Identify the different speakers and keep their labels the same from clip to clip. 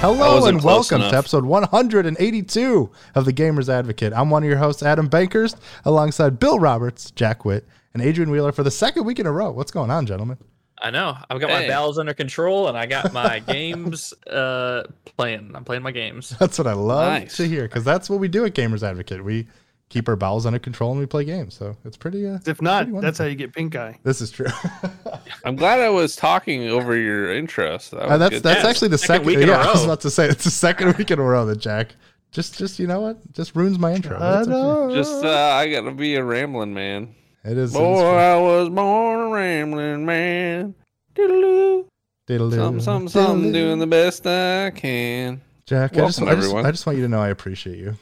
Speaker 1: Hello
Speaker 2: wasn't
Speaker 1: and
Speaker 2: close
Speaker 1: welcome
Speaker 2: enough.
Speaker 1: to episode 182 of The Gamer's Advocate. I'm one of your hosts, Adam Bankhurst, alongside Bill Roberts, Jack Witt, and Adrian Wheeler for the second week in a row. What's going on, gentlemen?
Speaker 3: I know. I've got
Speaker 2: Hey.
Speaker 3: my bowels under control and I got my games uh playing. I'm playing my games.
Speaker 1: That's what I love
Speaker 2: Nice.
Speaker 1: to hear because that's what we do at Gamer's Advocate. We keep our bowels under control and we play games. So it's pretty, uh,
Speaker 4: If
Speaker 1: Pretty
Speaker 4: not,
Speaker 1: wonderful.
Speaker 4: that's how you get pink eye.
Speaker 1: this is true. Uh,
Speaker 2: I'm glad I was talking over your interest. That
Speaker 1: Uh,
Speaker 2: was
Speaker 1: that's
Speaker 2: good.
Speaker 1: that's
Speaker 3: Yeah,
Speaker 1: actually the second,
Speaker 3: second week in a
Speaker 1: yeah, I was
Speaker 3: row.
Speaker 1: about to say it's the second week in a row that Jack just just you know what just ruins my intro. That's okay.
Speaker 2: just uh, I gotta be a rambling man.
Speaker 1: It is. it
Speaker 2: Boy,
Speaker 1: is
Speaker 2: I was born a rambling man. Doodaloo.
Speaker 1: diddle-oo,
Speaker 2: Some, some, some,
Speaker 1: diddle-oo.
Speaker 2: doing the best I can.
Speaker 1: Jack, I just,
Speaker 2: Welcome,
Speaker 1: I, just,
Speaker 2: everyone.
Speaker 1: I just want you to know I appreciate you.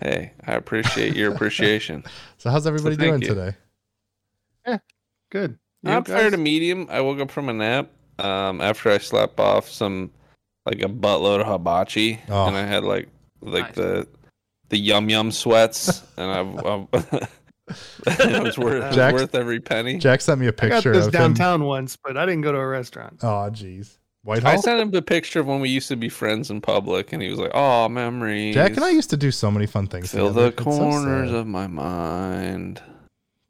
Speaker 2: Hey, I appreciate your appreciation.
Speaker 1: So how's everybody
Speaker 2: thank
Speaker 1: doing
Speaker 2: you.
Speaker 1: today?
Speaker 4: Good.
Speaker 2: I'm
Speaker 4: You guys-
Speaker 2: tired of medium. I woke up from a nap um, after I slept off some like a buttload of hibachi,
Speaker 1: Oh.
Speaker 2: and I had like like
Speaker 3: Nice.
Speaker 2: the the yum yum sweats, and I've, I've it was worth, it was
Speaker 1: Jack's-
Speaker 2: worth every penny.
Speaker 1: Jack sent me a
Speaker 4: I got
Speaker 1: picture
Speaker 4: this
Speaker 1: of him.
Speaker 4: downtown once, but I didn't go to a restaurant.
Speaker 1: Oh, jeez,
Speaker 2: I
Speaker 1: Whitehall.
Speaker 2: sent him the picture of when we used to be friends in public, and he was like, "Oh, memories."
Speaker 1: Jack and I used to do so many fun things.
Speaker 2: fill
Speaker 1: together.
Speaker 2: the
Speaker 1: It's so
Speaker 2: corners
Speaker 1: sad.
Speaker 2: of my mind.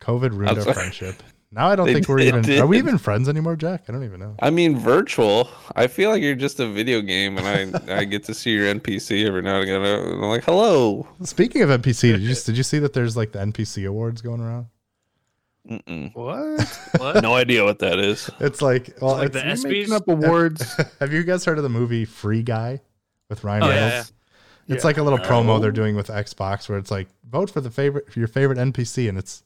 Speaker 1: COVID ruined
Speaker 2: I'm
Speaker 1: our
Speaker 2: sorry.
Speaker 1: friendship. Now I don't
Speaker 2: They
Speaker 1: think we're
Speaker 2: did,
Speaker 1: even. Are we
Speaker 2: did.
Speaker 1: even friends anymore, Jack? I don't even know.
Speaker 2: I mean, virtual. I feel like you're just a video game, and I I get to see your NPC every now and again. And I'm like, "Hello."
Speaker 1: Speaking of NPC, did you did you see that there's like the NPC awards going around?
Speaker 2: Mm-mm.
Speaker 4: What?
Speaker 3: What?
Speaker 2: No idea what that is.
Speaker 1: It's like well,
Speaker 3: like
Speaker 1: it's-
Speaker 3: the
Speaker 4: You're making
Speaker 3: ESPYs?
Speaker 4: up awards.
Speaker 1: have you guys heard of the movie Free Guy with Ryan
Speaker 3: Oh, yeah,
Speaker 1: Reynolds? It's
Speaker 4: Yeah.
Speaker 1: like a little promo they're
Speaker 2: Oh.
Speaker 1: doing with Xbox where it's like vote for the favorite for your favorite NPC and it's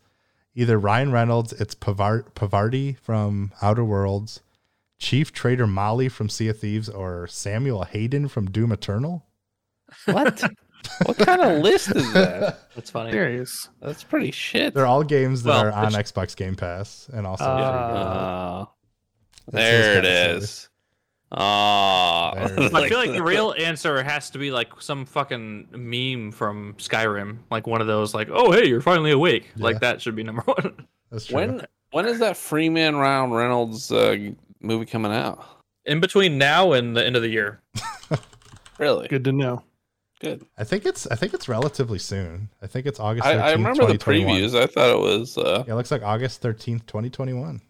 Speaker 1: either Ryan Reynolds, it's Pavar- Pavarti from Outer Worlds, Chief Trader Molly from Sea of Thieves, or Samuel Hayden from Doom Eternal.
Speaker 2: What? what kind of list is that?
Speaker 3: That's funny.
Speaker 4: Serious.
Speaker 2: That's pretty shit.
Speaker 1: They're all games that
Speaker 3: Well,
Speaker 1: are on
Speaker 3: it's-
Speaker 1: Xbox Game Pass and also.
Speaker 4: Ah.
Speaker 2: Uh,
Speaker 1: Free Guy. It's those
Speaker 2: there it
Speaker 1: kinda
Speaker 2: is. Ah,
Speaker 1: There it is.
Speaker 3: I feel like the real answer has to be like some fucking meme from Skyrim, like one of those, like, "Oh hey, you're finally awake."
Speaker 1: Yeah.
Speaker 3: Like that should be number one.
Speaker 1: That's true.
Speaker 2: When when is that Freeman Ryan Reynolds uh, movie coming out?
Speaker 3: In between now and the end of the year,
Speaker 2: Really
Speaker 4: Good to know.
Speaker 2: good.
Speaker 1: I think it's I think it's relatively soon. I think it's August.
Speaker 2: I,
Speaker 1: 13th,
Speaker 2: I remember
Speaker 1: 2021.
Speaker 2: the previews. I thought it was uh,
Speaker 1: Yeah, it looks like August thirteenth, twenty twenty one.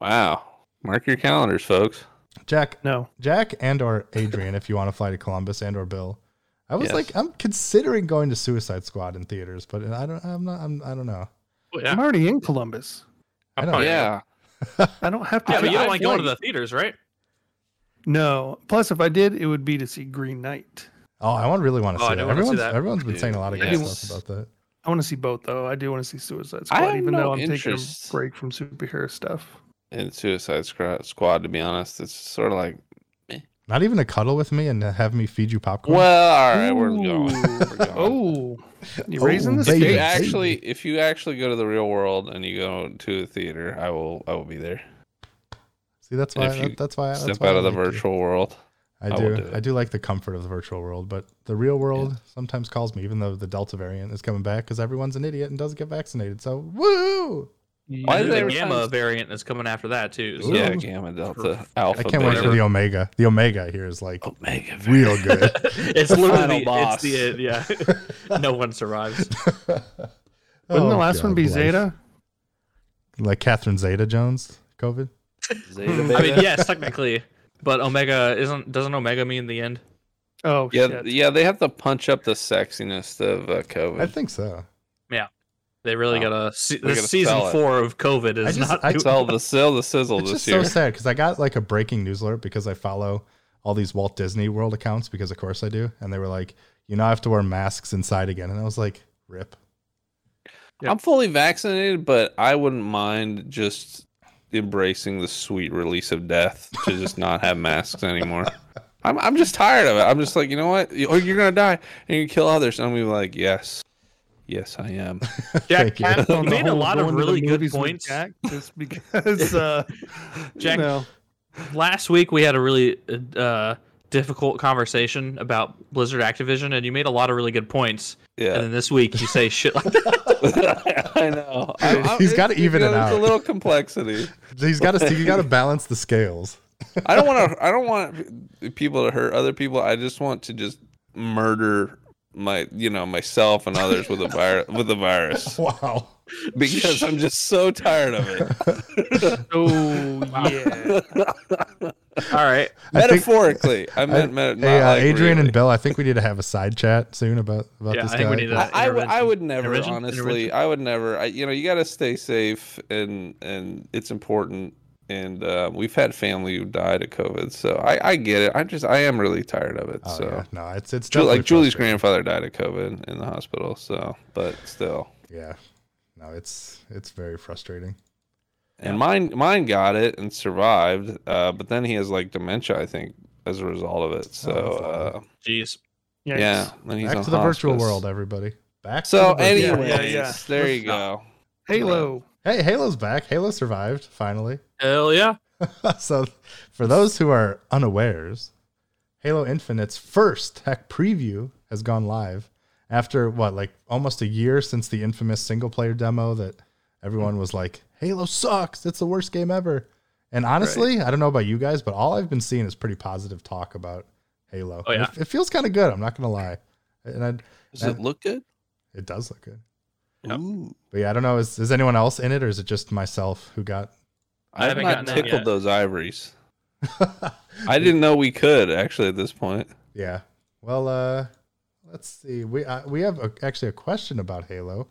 Speaker 2: wow. Mark your calendars, folks.
Speaker 1: Jack,
Speaker 4: No.
Speaker 1: Jack and or Adrian, if you want to fly to Columbus and or Bill. I was
Speaker 2: Yes.
Speaker 1: like, I'm considering going to Suicide Squad in theaters, but I don't. I'm not. I'm, I don't know.
Speaker 3: Well, Oh,
Speaker 4: I'm
Speaker 3: yeah,
Speaker 4: already in Columbus.
Speaker 1: I
Speaker 3: I'm
Speaker 1: don't.
Speaker 3: Oh, probably- yeah.
Speaker 2: yeah,
Speaker 4: I don't have to.
Speaker 3: yeah, but you
Speaker 4: I
Speaker 3: don't like
Speaker 4: feel
Speaker 3: going to the theaters, right?
Speaker 4: No. Plus, if I did, it would be to see Green Knight.
Speaker 1: Oh, I want really want to
Speaker 3: Oh, I
Speaker 1: see
Speaker 3: do
Speaker 1: that.
Speaker 3: wanna see
Speaker 1: Everyone's
Speaker 3: that.
Speaker 1: everyone's been saying a lot of good
Speaker 2: Yes.
Speaker 1: stuff about that.
Speaker 4: I want to see both, though. I do want to see Suicide
Speaker 2: I
Speaker 4: Squad,
Speaker 2: have
Speaker 4: even
Speaker 2: no
Speaker 4: though I'm
Speaker 2: interest.
Speaker 4: taking a break from superhero stuff.
Speaker 2: and Suicide Scra- Squad. To be honest, it's sort of like,
Speaker 1: Not even a cuddle with me and have me feed you popcorn.
Speaker 2: well, all right, we're going.
Speaker 4: Ooh.
Speaker 2: We're going.
Speaker 4: Oh, you
Speaker 1: Oh,
Speaker 4: raising
Speaker 1: baby.
Speaker 4: the
Speaker 2: If
Speaker 4: stakes?
Speaker 2: you
Speaker 1: Baby.
Speaker 2: actually, if you actually go to the real world and you go to a theater, I will, I will be there.
Speaker 1: see, that's why.
Speaker 2: if you
Speaker 1: That, that's why. That's
Speaker 2: Step
Speaker 1: why
Speaker 2: out
Speaker 1: I
Speaker 2: of the
Speaker 1: like you.
Speaker 2: virtual world.
Speaker 1: I
Speaker 2: I
Speaker 1: do.
Speaker 2: will do it.
Speaker 1: I do like the comfort of the virtual world, but the real world sometimes calls me, even though the Delta variant is coming back because everyone's an idiot and doesn't get vaccinated. So woo!
Speaker 2: Why
Speaker 3: I
Speaker 2: do they
Speaker 3: know the
Speaker 2: every
Speaker 3: gamma
Speaker 2: time-
Speaker 3: variant is coming after that too? So.
Speaker 2: Yeah,
Speaker 1: Ooh.
Speaker 2: Gamma Delta Alpha.
Speaker 1: I can't wait for
Speaker 2: beta.
Speaker 1: the Omega. The Omega here is like
Speaker 2: Omega. variant.
Speaker 1: real good.
Speaker 3: it's
Speaker 2: The
Speaker 3: literally
Speaker 2: final
Speaker 3: it's the end, yeah. no one survives.
Speaker 1: Wouldn't
Speaker 4: Wouldn't the last one be Zeta?
Speaker 1: Oh, Like Catherine Zeta Jones, COVID?
Speaker 2: Zeta
Speaker 3: I
Speaker 1: oh,
Speaker 3: mean,
Speaker 2: beta.
Speaker 3: yes, technically, but Omega isn't. Doesn't Omega mean the end?
Speaker 4: Oh,
Speaker 2: yeah,
Speaker 4: shit.
Speaker 2: yeah. They have to punch up the sexiness of uh, COVID.
Speaker 1: I think so.
Speaker 3: They really
Speaker 2: Wow.
Speaker 3: gotta. Se-
Speaker 2: We
Speaker 3: the
Speaker 2: gotta
Speaker 3: season
Speaker 2: sell it.
Speaker 3: four of COVID is
Speaker 1: just-
Speaker 3: not.
Speaker 1: I
Speaker 3: doing-
Speaker 2: sell the sell the sizzle
Speaker 1: It's
Speaker 2: this
Speaker 1: just
Speaker 2: year.
Speaker 1: so sad because I got like a breaking news alert because I follow all these Walt Disney World accounts because, of course, I do. And they were like, you now have to wear masks inside again. And I was like, rip.
Speaker 4: Yeah.
Speaker 2: I'm fully vaccinated, but I wouldn't mind just embracing the sweet release of death to just not have masks anymore. I'm I'm just tired of it. I'm just like, you know what? You- Oh, you're gonna die and you kill others. And I'm gonna be like, yes, yes, I am.
Speaker 3: Jack
Speaker 1: Thank you.
Speaker 3: Cat
Speaker 4: On the
Speaker 3: made a
Speaker 4: whole
Speaker 3: lot of
Speaker 4: going to the
Speaker 3: really good
Speaker 4: movies with
Speaker 3: points.
Speaker 4: Jack, just because uh,
Speaker 3: Jack-
Speaker 4: you know,
Speaker 3: Last week we had a really uh, difficult conversation about Blizzard Activision, and you made a lot of really good points. And
Speaker 2: Yeah,
Speaker 3: then this week you say shit like that.
Speaker 2: I know. I- I-
Speaker 1: He's gotta
Speaker 2: it's-
Speaker 1: even
Speaker 2: you know,
Speaker 1: it
Speaker 2: there's
Speaker 1: out.
Speaker 2: A little complexity.
Speaker 1: He's got to he's got to balance the scales.
Speaker 2: I don't want to. I don't want people to hurt other people. I just want to just murder my, you know, myself and others with a virus. With a virus,
Speaker 1: Wow.
Speaker 2: because I'm just so tired of it.
Speaker 4: Oh yeah.
Speaker 3: All
Speaker 1: I
Speaker 3: right.
Speaker 1: think-
Speaker 2: Metaphorically, I meant meta- not
Speaker 1: Hey, uh,
Speaker 2: like
Speaker 1: Adrian
Speaker 2: really.
Speaker 1: and Bill, I think we need to have a side chat soon about about
Speaker 3: Yeah,
Speaker 1: this
Speaker 3: I think
Speaker 1: guy.
Speaker 3: we need to-
Speaker 2: I, I would- I would never
Speaker 3: Intervention?
Speaker 2: honestly
Speaker 3: Intervention?
Speaker 2: i would never I, you know you got to stay safe and and it's important and uh, we've had family who died of covid so i i get it i just i am really tired of it
Speaker 1: Oh,
Speaker 2: so
Speaker 1: yeah. no, it's it's
Speaker 2: Ju-
Speaker 1: definitely
Speaker 2: like julie's
Speaker 1: frustrating.
Speaker 2: grandfather died of covid in the hospital so but still
Speaker 1: Yeah, no, it's it's very frustrating.
Speaker 2: and mine mine got it and survived uh but then he has like dementia i think as a result of it so
Speaker 1: Oh, that's
Speaker 2: uh,
Speaker 3: Jeez.
Speaker 4: Yikes.
Speaker 2: yeah and he's
Speaker 1: Back
Speaker 2: on
Speaker 1: to the virtual
Speaker 2: hospice.
Speaker 1: world, everybody. Back.
Speaker 2: so
Speaker 1: to the virtual
Speaker 2: anyways
Speaker 1: world.
Speaker 4: Yeah, yeah.
Speaker 2: there you
Speaker 3: Let's not-
Speaker 2: go
Speaker 4: Halo.
Speaker 1: hey, Halo's back. Halo survived finally.
Speaker 3: Hell yeah.
Speaker 1: so, for those who are unawares, Halo Infinite's first tech preview has gone live after what, like almost a year since the infamous single player demo that everyone was like, Halo sucks. It's the worst game ever. And honestly, I don't know about you guys, but all I've been seeing is pretty positive talk about Halo.
Speaker 3: Oh, yeah.
Speaker 1: it, it feels kind of good. I'm not going to lie. And I,
Speaker 2: does it look good
Speaker 1: it does look good.
Speaker 3: Yep.
Speaker 2: Ooh.
Speaker 1: But yeah, I don't know. Is, is anyone else in it or is it just myself who got.
Speaker 2: I have
Speaker 3: haven't
Speaker 2: not
Speaker 3: gotten that
Speaker 2: tickled
Speaker 3: yet.
Speaker 2: those ivories. I didn't know we could actually at this point.
Speaker 1: Yeah. Well, uh, let's see. We uh, we have a, actually a question about Halo.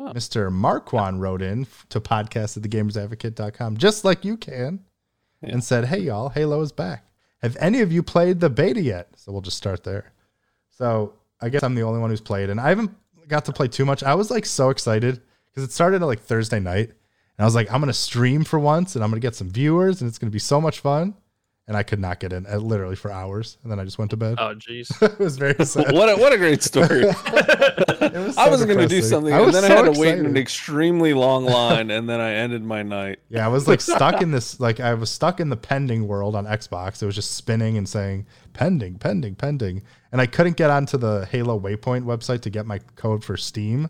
Speaker 2: Oh.
Speaker 1: Mr. Marquand wrote in f- to podcast at thegamersadvocate.com, just like you can,
Speaker 2: Yeah.
Speaker 1: and said, Hey, y'all, Halo is back. Have any of you played the beta yet? So we'll just start there. So I guess I'm the only one who's played, and I haven't got to play too much. I was like so excited because it started like Thursday night, and I was like, I'm going to stream for once, and I'm going to get some viewers, and it's going to be so much fun. And I could not get in uh, literally for hours, and then I just went to bed.
Speaker 3: Oh, jeez.
Speaker 1: it was very sad.
Speaker 2: What a, what a great story!
Speaker 1: It was
Speaker 2: I
Speaker 1: so
Speaker 2: was going to do
Speaker 1: depressing.
Speaker 2: something,
Speaker 1: I
Speaker 2: and
Speaker 1: was
Speaker 2: then I
Speaker 1: so
Speaker 2: had to wait in an
Speaker 1: excited.
Speaker 2: extremely long line, and then I ended my night.
Speaker 1: Yeah, I was like stuck in this. Like I was stuck in the pending world on Xbox. It was just spinning and saying pending, pending, pending, and I couldn't get onto the Halo Waypoint website to get my code for Steam.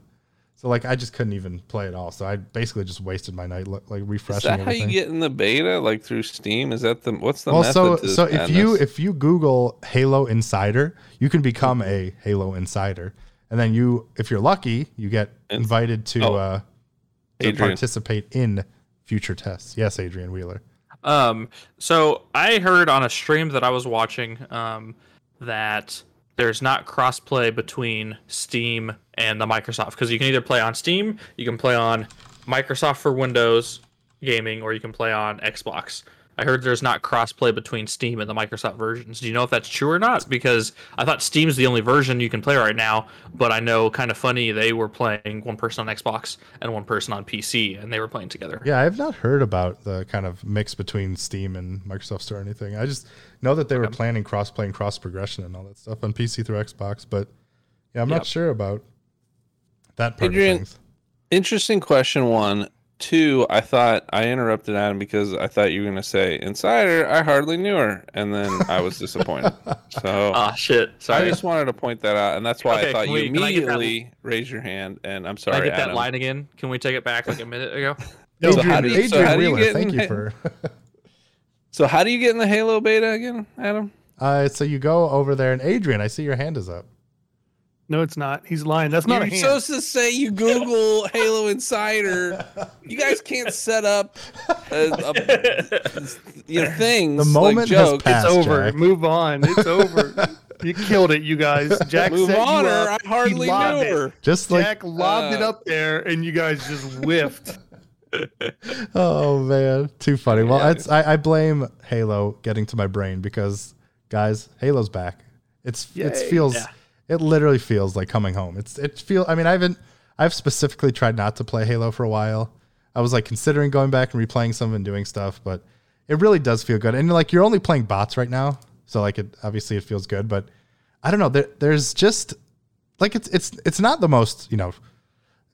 Speaker 1: So like I just couldn't even play at all. So I basically just wasted my night lo- like
Speaker 2: Is
Speaker 1: refreshing.
Speaker 2: that how you
Speaker 1: everything.
Speaker 2: get in the beta, like through Steam? Is that the what's the
Speaker 1: well,
Speaker 2: method
Speaker 1: so
Speaker 2: to this
Speaker 1: so if you
Speaker 2: madness?
Speaker 1: if you Google Halo Insider, you can become a Halo Insider, and then you, if you're lucky, you get
Speaker 2: Ins-
Speaker 1: invited to
Speaker 2: Oh.
Speaker 1: uh, to
Speaker 2: Adrian,
Speaker 1: participate in future tests. Yes, Adrian Wheeler.
Speaker 3: Um, so I heard on a stream that I was watching um, that there's not crossplay between Steam and the Microsoft because you can either play on Steam, you can play on Microsoft for Windows gaming, or you can play on Xbox. I heard there's not crossplay between Steam and the Microsoft versions. Do you know if that's true or not? Because I thought Steam's the only version you can play right now, but I know kind of funny they were playing one person on Xbox and one person on PC, and they were playing together.
Speaker 1: Yeah, I have not heard about the kind of mix between Steam and Microsoft Store or anything. I just know that they were planning cross-play and cross-progression and all that stuff on PC through Xbox, but yeah, I'm not
Speaker 3: Yep.
Speaker 1: sure about that part
Speaker 2: Adrian-
Speaker 1: of things.
Speaker 2: interesting question. One, two. I thought I interrupted Adam because I thought you were going to say insider. I hardly knew her, and then I was disappointed. So
Speaker 3: Ah, shit. Sorry.
Speaker 2: I just wanted to point that out, and that's why I
Speaker 3: Okay,
Speaker 2: thought
Speaker 3: can
Speaker 2: you
Speaker 3: we- can I get that-
Speaker 2: immediately raise your hand. And I'm
Speaker 3: Can
Speaker 2: sorry,
Speaker 3: I get that
Speaker 2: Adam.
Speaker 3: line again? Can we take it back like a minute ago?
Speaker 2: So
Speaker 1: Adrian,
Speaker 2: how do you- so
Speaker 1: Adrian
Speaker 2: how do you
Speaker 1: Wheeler,
Speaker 2: get
Speaker 1: thank
Speaker 2: in-
Speaker 1: you for.
Speaker 2: So how do you get in the Halo beta again, Adam?
Speaker 1: uh, so you go over there, and Adrian, I see your hand is up.
Speaker 4: No, it's not. He's lying. That's not a
Speaker 2: You're
Speaker 4: hand.
Speaker 2: supposed to say you Google Halo Insider. You guys can't set up a, a, you know, things
Speaker 1: The
Speaker 2: like
Speaker 1: moment has
Speaker 2: jokes.
Speaker 1: passed.
Speaker 4: it's over.
Speaker 1: Jack.
Speaker 4: Move on. It's over. you killed it, you guys. Jack
Speaker 2: Move
Speaker 4: set
Speaker 2: on,
Speaker 4: you
Speaker 2: or I
Speaker 4: up. He
Speaker 2: hardly knew
Speaker 4: lobbed it.
Speaker 2: her.
Speaker 1: Just like,
Speaker 4: Jack lobbed it
Speaker 2: uh,
Speaker 4: up there, and you guys just whiffed.
Speaker 1: oh man, too funny. Well,
Speaker 2: Yeah.
Speaker 1: that's, I, I blame Halo getting to my brain because guys, Halo's back. It's it
Speaker 4: Yay.
Speaker 1: feels
Speaker 3: Yeah.
Speaker 1: it literally feels like coming home. It's it feel. I mean, I haven't. I've specifically tried not to play Halo for a while. I was like considering going back and replaying some and doing stuff, but it really does feel good. And like you're only playing bots right now, so like it obviously it feels good. But I don't know. There, there's just like it's it's it's not the most you know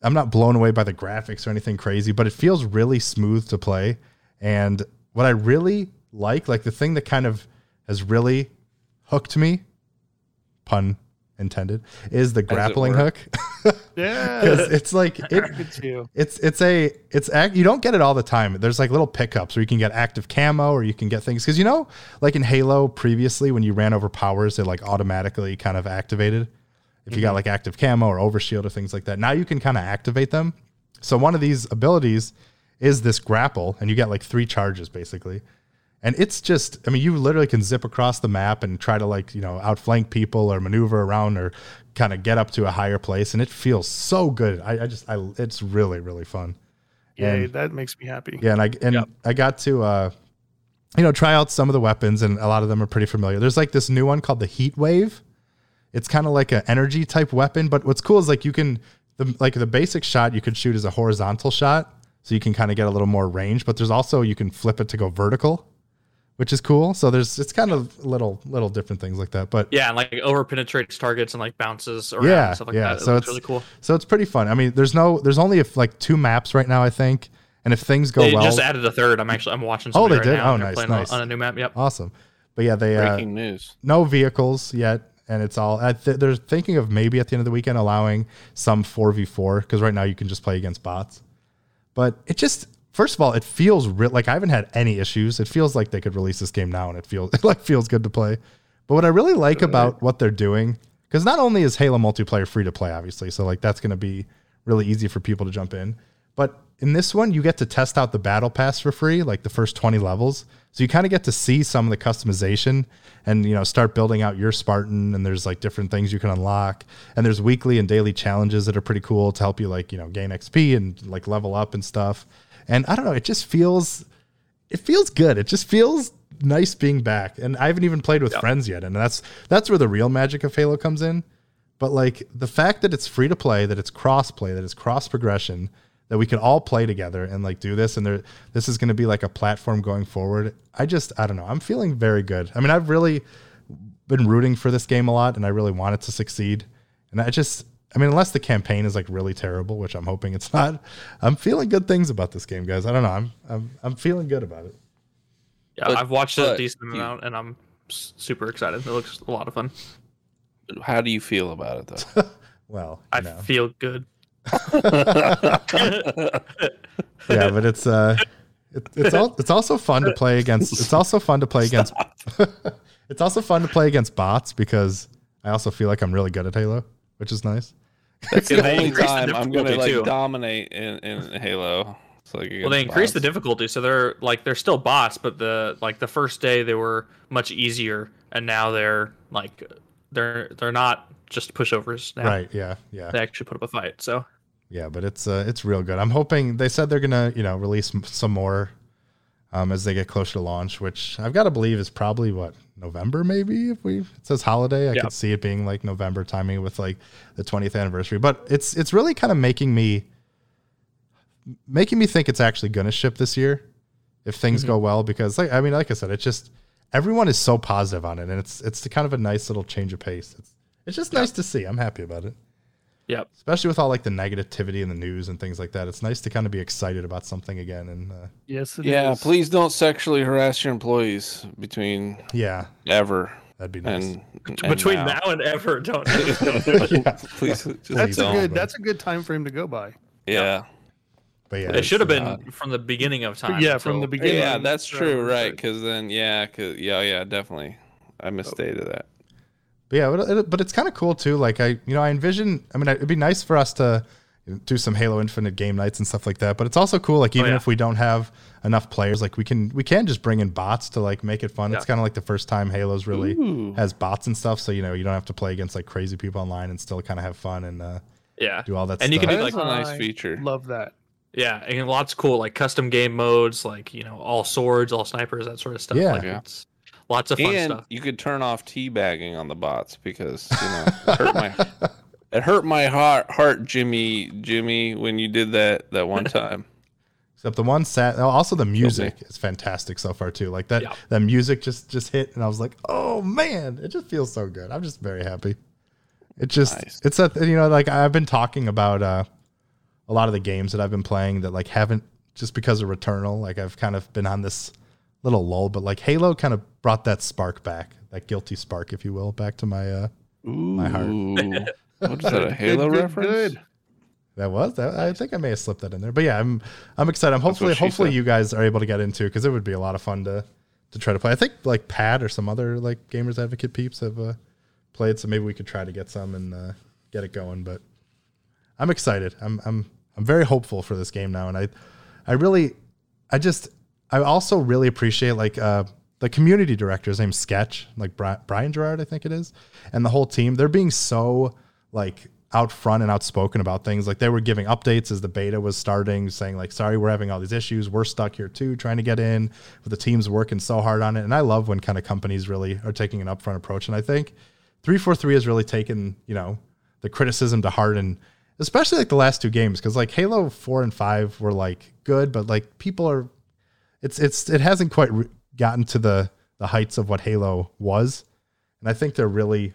Speaker 1: I'm not blown away by the graphics or anything crazy, but it feels really smooth to play. And what I really like, like the thing that kind of has really hooked me, pun intended, is the grappling hook.
Speaker 4: Yeah.
Speaker 1: 'Cause it's like it,
Speaker 4: Look at you.
Speaker 1: it's it's a it's act, you don't get it all the time. There's like little pickups where you can get active camo or you can get things because you know like in Halo previously when you ran over powers it like automatically kind of activated if you got like active camo or overshield or things like that. Now you can kind of activate them. So one of these abilities is this grapple and you get like three charges basically. And it's just, I mean, you literally can zip across the map and try to like, you know, outflank people or maneuver around or kind of get up to a higher place. And it feels so good. I, I just, I, it's really, really fun.
Speaker 4: Yay,
Speaker 1: And-
Speaker 4: that makes me happy.
Speaker 1: Yeah. And I, and
Speaker 3: Yep.
Speaker 1: I got to, uh, you know, try out some of the weapons and a lot of them are pretty familiar. There's like this new one called the heat wave. It's kind of like an energy type weapon, but what's cool is like you can, the, like the basic shot you could shoot is a horizontal shot. So you can kind of get a little more range, but there's also, you can flip it to go vertical which is cool. So there's it's kind of little little different things like that, but
Speaker 3: Yeah, and like over penetrates targets and like bounces around
Speaker 1: Yeah,
Speaker 3: and stuff like
Speaker 1: yeah,
Speaker 3: that. It
Speaker 1: so it's-
Speaker 3: looks really cool.
Speaker 1: so it's pretty fun. I mean, there's no there's only if like two maps right now, I think, and if things go
Speaker 3: they
Speaker 1: well,
Speaker 3: just added a third. I'm actually I'm watching.
Speaker 1: Oh,
Speaker 3: somebody
Speaker 1: they
Speaker 3: right
Speaker 1: did?
Speaker 3: Now, and
Speaker 1: Oh,
Speaker 3: they're
Speaker 1: nice,
Speaker 3: playing on-
Speaker 1: nice. Oh,
Speaker 3: On a new map. Yep.
Speaker 1: awesome. But yeah, they uh,
Speaker 2: Breaking news.
Speaker 1: no vehicles yet, and it's all I th- they're thinking of maybe at the end of the weekend allowing some four v four because right now you can just play against bots. But it just first of all, it feels re- like I haven't had any issues. It feels like they could release this game now, and it feels it like feels good to play. But what I really like about what they're doing, because not only is Halo multiplayer free to play, obviously, so like that's going to be really easy for people to jump in. But in this one, you get to test out the battle pass for free, like the first 20 levels. So you kind of get to see some of the customization and, you know, start building out your Spartan. And there's like different things you can unlock. And there's weekly and daily challenges that are pretty cool to help you, like, you know, gain XP and like level up and stuff. And I don't know, it just feels it feels good. It just feels nice being back. And I haven't even played with friends yet, and that's that's where the real magic of Halo comes in. But like the fact that it's free to play, that it's cross play, that it's cross progression, that we can all play together and like do this, and there, this is going to be like a platform going forward. I just I don't know. I'm feeling very good. I mean, I've really been rooting for this game a lot, and I really want it to succeed. And I just I mean, unless the campaign is like really terrible, which I'm hoping it's not, I'm feeling good things about this game, guys. I don't know. I'm I'm I'm feeling good about it.
Speaker 3: Yeah,
Speaker 2: But-
Speaker 3: I've watched a
Speaker 2: but
Speaker 3: decent
Speaker 2: you-
Speaker 3: amount, and I'm s- super excited. It looks a lot of fun.
Speaker 2: How do you feel about it though?
Speaker 1: Well,
Speaker 3: I
Speaker 1: you know.
Speaker 3: feel good.
Speaker 1: yeah, but it's uh, it, it's all it's also fun to play against. It's also fun to play against. it's also fun to play against bots because I also feel like I'm really good at Halo, which is nice.
Speaker 2: In
Speaker 3: They
Speaker 2: only
Speaker 3: increased the
Speaker 2: time I'm gonna
Speaker 3: difficulty,
Speaker 2: like
Speaker 3: too.
Speaker 2: dominate in, in Halo. It's like
Speaker 3: Well, they increased the difficulty, so they're like they're still bots, but the like the first day they were much easier, and now they're like they're they're not just pushovers now.
Speaker 1: Right? Yeah, yeah,
Speaker 3: They actually put up a fight. So
Speaker 1: yeah. But it's uh, it's real good. I'm hoping they said they're gonna you know release m- some more um, as they get closer to launch, which I've got to believe is probably what November, maybe if we it says holiday, I
Speaker 3: Yeah.
Speaker 1: could see it being like November timing with like the 20th anniversary. But it's it's really kind of making me making me think it's actually going to ship this year if things go well because like I mean like I said, it's just everyone is so positive on it and it's it's kind of a nice little change of pace. It's it's just nice to see. I'm happy about it.
Speaker 3: Yep.
Speaker 1: Especially with all like the negativity in the news and things like that. It's nice to kind of be excited about something again and uh,
Speaker 4: Yes, it is.
Speaker 2: Yeah, please don't sexually harass your employees between
Speaker 1: yeah,
Speaker 2: ever
Speaker 1: that'd be nice.
Speaker 2: and, and
Speaker 3: between
Speaker 2: now.
Speaker 3: now. and ever, don't
Speaker 1: Yeah.
Speaker 2: Please just
Speaker 4: That's a
Speaker 2: don't.
Speaker 4: good
Speaker 1: but-
Speaker 4: that's a good time frame to go by.
Speaker 2: yeah.
Speaker 1: But yeah,
Speaker 3: it should have
Speaker 2: uh,
Speaker 3: been from the beginning of time.
Speaker 4: yeah, from the
Speaker 3: until-
Speaker 4: beginning.
Speaker 2: yeah, that's
Speaker 4: So,
Speaker 2: true, right? Because then, yeah, 'cause- yeah, yeah, definitely. I misstated that.
Speaker 1: But yeah, but, it, but it's kind of cool too. Like I, you know, I envision. I mean, it'd be nice for us to do some Halo Infinite game nights and stuff like that. But it's also cool. Like even
Speaker 3: Oh, yeah.
Speaker 1: if we don't have enough players, like we can we can just bring in bots to like make it fun. It's kind of like the first time Halo's really has bots and stuff. So you know, you don't have to play against like crazy people online and still kind of have fun and uh,
Speaker 3: Yeah.
Speaker 1: do all that.
Speaker 3: And you
Speaker 1: stuff.
Speaker 3: can do,
Speaker 2: That's
Speaker 3: like-
Speaker 2: a nice
Speaker 4: I
Speaker 2: feature.
Speaker 4: Love that.
Speaker 3: Yeah, and lots of cool like custom game modes, like you know, all swords, all snipers, that sort of stuff.
Speaker 1: Yeah.
Speaker 3: like,
Speaker 2: Yeah.
Speaker 3: It's lots of fun
Speaker 2: and
Speaker 3: stuff.
Speaker 2: you could turn off teabagging on the bots because you know it hurt my it hurt my heart heart Jimmy Jimmy when you did that that one time.
Speaker 1: Except the one sat. oh, Also, the music is fantastic so far too. Like that,
Speaker 3: Yeah.
Speaker 1: that music just just hit, and I was like, oh man, it just feels so good. I'm just very happy. It just
Speaker 2: Nice.
Speaker 1: it's a you know like I've been talking about uh, a lot of the games that I've been playing that like haven't just because of Returnal. Like I've kind of been on this little lull, but like Halo kind of brought that spark back, that guilty spark, if you will, back to my uh
Speaker 2: Ooh.
Speaker 1: heart.
Speaker 2: what is that? A Halo
Speaker 5: good,
Speaker 2: reference?
Speaker 5: good.
Speaker 1: That was that. I think I may have slipped that in there, but yeah, I'm I'm excited. I'm hopefully
Speaker 2: what she
Speaker 1: hopefully
Speaker 2: said.
Speaker 1: you guys are able to get into because it would be a lot of fun to to try to play. I think like Pat or some other like gamers advocate peeps have uh, played, so maybe we could try to get some and uh, get it going. But I'm excited. I'm I'm I'm very hopeful for this game now, and I I really I just I also really appreciate like uh the community director. His name's Sketch, like Bri- Brian Gerard, I think it is, and the whole team. They're being so like out front and outspoken about things. Like they were giving updates as the beta was starting, saying like, "Sorry, we're having all these issues. We're stuck here too, trying to get in. But the team's working so hard on it." And I love when kind of companies really are taking an upfront approach. And I think 343 has really taken you know the criticism to heart and especially like the last two games because like halo 4 and 5 were like good but like people are it's it's it hasn't quite re- gotten to the the heights of what halo was and i think they're really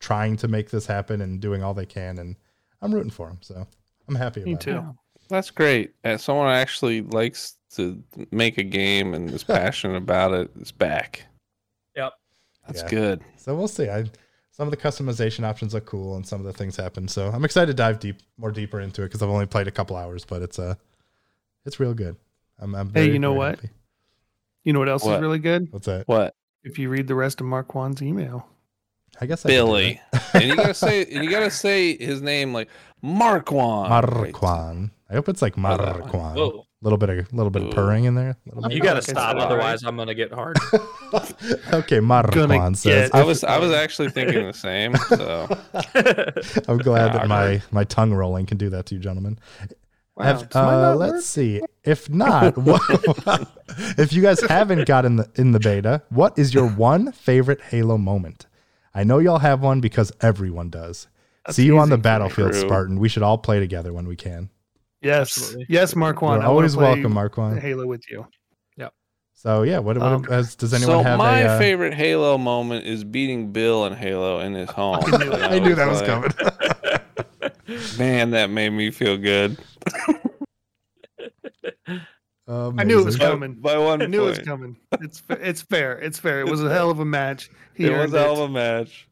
Speaker 1: trying to make this happen and doing all they can and i'm rooting for them so i'm happy about
Speaker 4: Me
Speaker 1: it
Speaker 4: too.
Speaker 2: That's great. And someone who actually likes to make a game and is passionate about it is back.
Speaker 3: Yep.
Speaker 2: That's
Speaker 1: Yeah.
Speaker 2: good.
Speaker 1: so we'll see i some of the customization options look cool and some of the things happen so i'm excited to dive deep more deeper into it because i've only played a couple hours but it's uh it's real good i'm, I'm
Speaker 4: Hey,
Speaker 1: very,
Speaker 4: you know
Speaker 1: very
Speaker 4: what?
Speaker 1: happy.
Speaker 4: You know what else is
Speaker 2: What?
Speaker 4: really good?
Speaker 1: what's that
Speaker 2: What?
Speaker 4: If you read the rest of Marquand's email.
Speaker 1: i guess I can do that.
Speaker 2: Billy. and you gotta say and you gotta say his name like Marquand.
Speaker 1: Marquan. I hope it's like
Speaker 2: Oh, Marquand.
Speaker 1: Marquan. A
Speaker 3: Whoa.
Speaker 1: little bit of little bit of
Speaker 2: Ooh.
Speaker 1: purring in there. Little bit.
Speaker 3: You gotta
Speaker 4: like I
Speaker 3: stop,
Speaker 2: said,
Speaker 3: otherwise I'm gonna get hard.
Speaker 1: okay, Marquan says.
Speaker 4: get-
Speaker 2: I was I was actually thinking the same. So
Speaker 1: I'm glad that my
Speaker 2: Marquand.
Speaker 1: my tongue rolling can do that to you, gentlemen.
Speaker 4: Wow,
Speaker 1: Have-
Speaker 4: does mine
Speaker 1: uh,
Speaker 4: not
Speaker 1: let's
Speaker 4: work?
Speaker 1: see. If not, what, if you guys haven't gotten the, in the beta, what is your one favorite Halo moment? I know y'all have one because everyone does.
Speaker 4: That's
Speaker 1: see you on
Speaker 4: easy
Speaker 1: the
Speaker 4: for me.
Speaker 1: battlefield,
Speaker 2: True.
Speaker 1: Spartan. We should all play together when we can.
Speaker 4: Yes.
Speaker 3: Absolutely.
Speaker 4: Yes, Marquand. I
Speaker 1: You're
Speaker 4: wanna
Speaker 1: always
Speaker 4: play
Speaker 1: welcome, Marquand.
Speaker 4: Halo with you.
Speaker 1: So yeah, what, what
Speaker 4: Um,
Speaker 1: has, does anyone
Speaker 2: so
Speaker 1: have
Speaker 2: my
Speaker 1: a, uh,
Speaker 2: favorite Halo moment is beating Bill in Halo in his home.
Speaker 4: I knew it.
Speaker 2: And
Speaker 1: I knew that was
Speaker 2: like,
Speaker 1: coming.
Speaker 2: Man, that made me feel good.
Speaker 1: Um,
Speaker 4: I knew it was
Speaker 1: Amazing.
Speaker 2: By-
Speaker 4: coming.
Speaker 2: By, one
Speaker 4: I knew it was
Speaker 2: point.
Speaker 4: coming. It's fa- it's fair. It's fair. It was a hell of a match. He
Speaker 2: It was
Speaker 4: earned
Speaker 2: a hell of a match.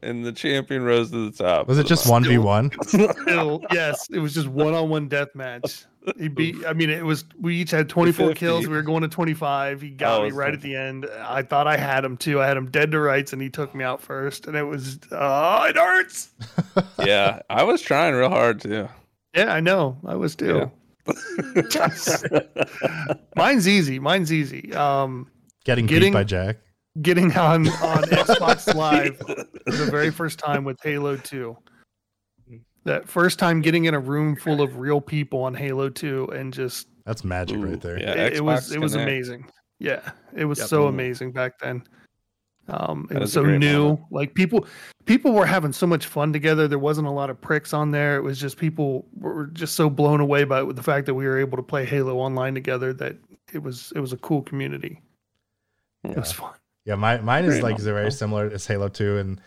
Speaker 2: And the champion rose to the top.
Speaker 1: Was it just one v one?
Speaker 4: Still, yes, it was just one on one death match. He beat. I mean, it was. We each had 24 kills.
Speaker 2: 50.
Speaker 4: We were going to 25. He got
Speaker 2: That
Speaker 4: me
Speaker 2: was
Speaker 4: right
Speaker 2: fun.
Speaker 4: at the end. I thought I had him too. I had him dead to rights, and he took me out first. And it was. Oh, it hurts.
Speaker 2: yeah, I was trying real hard too.
Speaker 4: Yeah, I know. I was too. Mine's easy. Mine's easy. Um,
Speaker 1: Getting, beat
Speaker 4: Getting-
Speaker 1: by Jack.
Speaker 4: getting on on Xbox Live for the very first time with Halo 2. That first time getting in a room full of real people on Halo 2 and just
Speaker 1: That's magic
Speaker 2: Ooh,
Speaker 1: right there.
Speaker 2: yeah,
Speaker 4: it, it was
Speaker 2: Xbox
Speaker 4: it was
Speaker 2: Connect.
Speaker 4: amazing. Yeah, it was
Speaker 3: Yep.
Speaker 4: so
Speaker 2: Ooh.
Speaker 4: amazing back then. Um, it
Speaker 2: That
Speaker 4: was
Speaker 2: is a
Speaker 4: so
Speaker 2: great
Speaker 4: new.
Speaker 2: moment.
Speaker 4: Like people, people were having so much fun together. There wasn't a lot of pricks on there. It was just people were just so blown away by the fact that we were able to play Halo online together. That it was it was a cool community. It was fun.
Speaker 1: Yeah, my, mine is
Speaker 2: Very
Speaker 1: like very
Speaker 2: novel.
Speaker 1: similar as Halo Two, and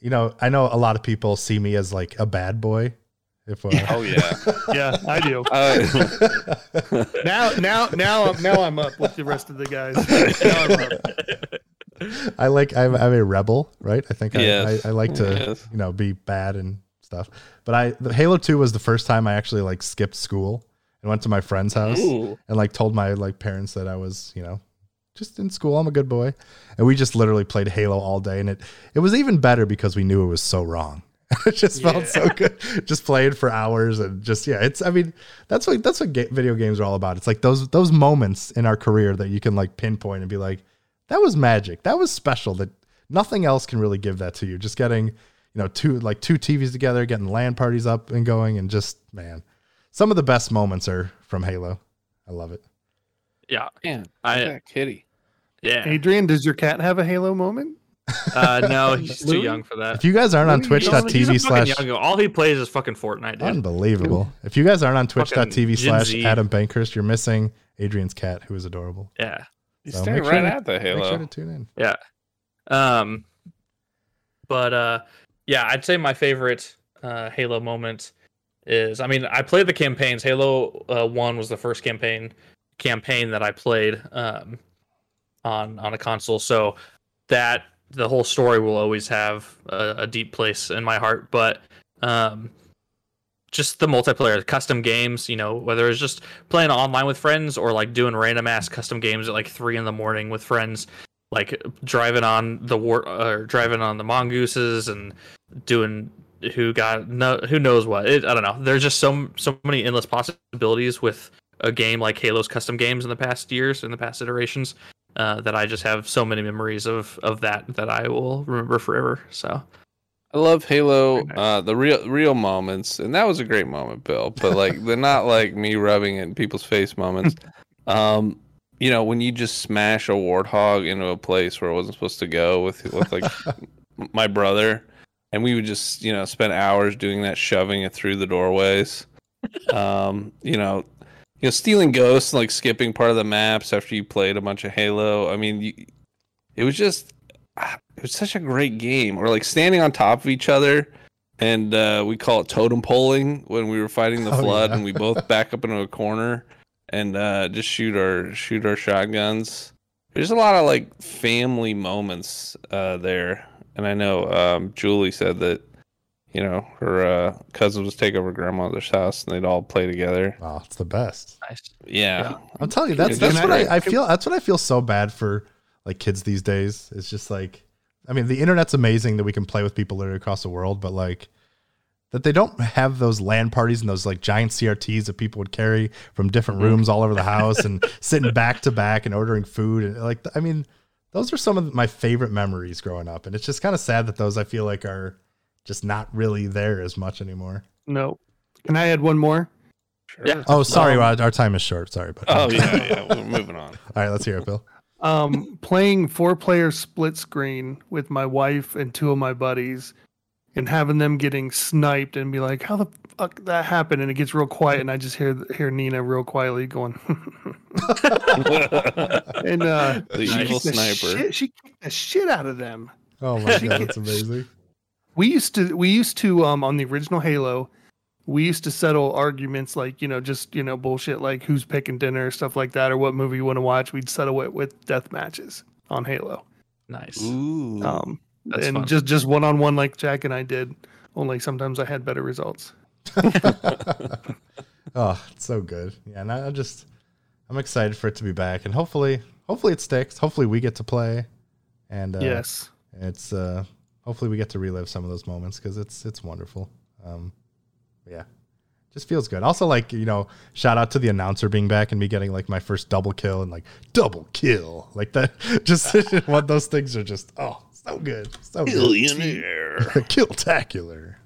Speaker 1: you know, I know a lot of people see me as like a bad boy. If uh,
Speaker 2: Oh yeah.
Speaker 4: Yeah, I do.
Speaker 2: Uh,
Speaker 4: now, now, now, I'm, now I'm up with the rest of the guys. Now I'm up.
Speaker 1: I like I'm, I'm a rebel, right? I think I,
Speaker 2: Yes.
Speaker 1: I, I like to
Speaker 2: Yes.
Speaker 1: you know be bad and stuff. But I the Halo Two was the first time I actually like skipped school and went to my friend's house.
Speaker 2: Ooh.
Speaker 1: and like told my like parents that I was, you know, just in school, I'm a good boy. And we just literally played Halo all day and it it was even better because we knew it was so wrong. it just felt so good. Just playing for hours and just yeah, it's I mean, that's what that's what ga- video games are all about. It's like those those moments in our career that you can like pinpoint and be like, that was magic. That was special that nothing else can really give that to you. Just getting, you know, two like two TVs together, getting LAN parties up and going and just man, some of the best moments are from Halo. I love it.
Speaker 3: yeah.
Speaker 2: Man,
Speaker 3: I-
Speaker 2: I kitty.
Speaker 3: Yeah.
Speaker 4: Adrian, does your cat have a Halo moment?
Speaker 3: Uh, no, he's too
Speaker 4: Louis?
Speaker 3: young for that.
Speaker 1: If you guys aren't on
Speaker 4: What do
Speaker 1: twitch.tv
Speaker 3: He's a
Speaker 4: you-
Speaker 3: fucking
Speaker 1: slash
Speaker 3: young- all he plays is fucking Fortnite, dude.
Speaker 1: unbelievable. If you guys aren't on
Speaker 3: Fucking
Speaker 1: twitch.tv slash
Speaker 3: Gen Z.
Speaker 1: Adam Bankhurst, you're missing Adrian's cat, who is adorable.
Speaker 3: Yeah.
Speaker 2: He's
Speaker 1: So
Speaker 2: staring
Speaker 1: make sure
Speaker 2: right
Speaker 1: to-
Speaker 2: at the
Speaker 1: Make sure
Speaker 2: Halo.
Speaker 1: to tune in.
Speaker 3: Um but uh yeah, I'd say my favorite uh Halo moment is I mean, I played the campaigns. Halo uh, 1 was the first campaign campaign that I played um on on a console. So that the whole story will always have a, a deep place in my heart. But um, just the multiplayer, the custom games, you know, whether it's just playing online with friends or like doing random ass custom games at like three in the morning with friends, like driving on the war or driving on the mongooses and doing who got no who knows what. It, I don't know. There's just so so many endless possibilities with a game like Halo's custom games in the past years, in the past iterations, uh, that I just have so many memories of of that that I will remember forever. So
Speaker 2: I love Halo, uh, the real real moments, and that was a great moment, Bill. But like they're not like me rubbing it in people's face moments. Um, you know, when you just smash a warthog into a place where it wasn't supposed to go with with like my brother, and we would just you know spend hours doing that, shoving it through the doorways. Um, you know, you know, stealing ghosts and like skipping part of the maps after you played a bunch of Halo. I mean, you, it was just ah, it was such a great game. Or like standing on top of each other, and uh, we call it totem poling when we were fighting the
Speaker 1: Oh,
Speaker 2: flood,
Speaker 1: yeah.
Speaker 2: and we both back up into a corner and uh, just shoot our shoot our shotguns. There's a lot of like family moments uh, there, and I know um, Julie said that. You know, her uh, cousins would take over grandmother's house, and they'd all play together.
Speaker 1: Wow, it's the best.
Speaker 3: nice.
Speaker 2: Yeah,
Speaker 1: I'm telling you, that's,
Speaker 2: Yeah, that's
Speaker 1: and
Speaker 2: what
Speaker 1: I,
Speaker 2: I-
Speaker 1: I feel. That's what I feel so bad for like kids these days. It's just like, I mean, the internet's amazing that we can play with people literally across the world, but like that they don't have those LAN parties and those like giant CRTs that people would carry from different
Speaker 2: Mm.
Speaker 1: rooms all over the house and sitting back to back and ordering food and like, I mean, those are some of my favorite memories growing up, and it's just kind of sad that those I feel like are just not really there as much anymore.
Speaker 4: No. Can I add one more?
Speaker 2: sure.
Speaker 3: Yeah.
Speaker 1: Oh, sorry,
Speaker 4: Um,
Speaker 1: our, our time is short. Sorry, but
Speaker 2: Oh yeah, yeah. We're moving on.
Speaker 1: all right, let's hear it, Bill.
Speaker 4: Um, playing four player split screen with my wife and two of my buddies and having them getting sniped and be like, how the fuck that happened? And it gets real quiet. And I just hear, hear Nina real quietly going,
Speaker 2: the
Speaker 4: and, uh, she
Speaker 2: evil
Speaker 4: kicked the
Speaker 2: sniper.
Speaker 4: shit- she kicked the shit out of them.
Speaker 1: Oh my god, that's amazing.
Speaker 4: We used to we used to um on the original Halo, we used to settle arguments like, you know, just, you know, bullshit like who's picking dinner, stuff like that, or what movie you want to watch. We'd settle it with death matches on Halo.
Speaker 3: Nice.
Speaker 2: Ooh.
Speaker 4: Um
Speaker 3: That's
Speaker 4: and
Speaker 3: fun.
Speaker 4: just just one on one like Jack and I did. Only sometimes I had better results.
Speaker 1: oh, it's so good. Yeah, and I, I just I'm excited for it to be back, and hopefully, hopefully it sticks. Hopefully we get to play, and uh,
Speaker 4: Yes.
Speaker 1: it's uh, hopefully we get to relive some of those moments because it's it's wonderful. Um, yeah, just feels good. Also, like you know, shout out to the announcer being back and me getting like my first double kill and like double kill like that. Just what those things are just oh so good, so good.
Speaker 2: Billionaire.
Speaker 1: kill tacular.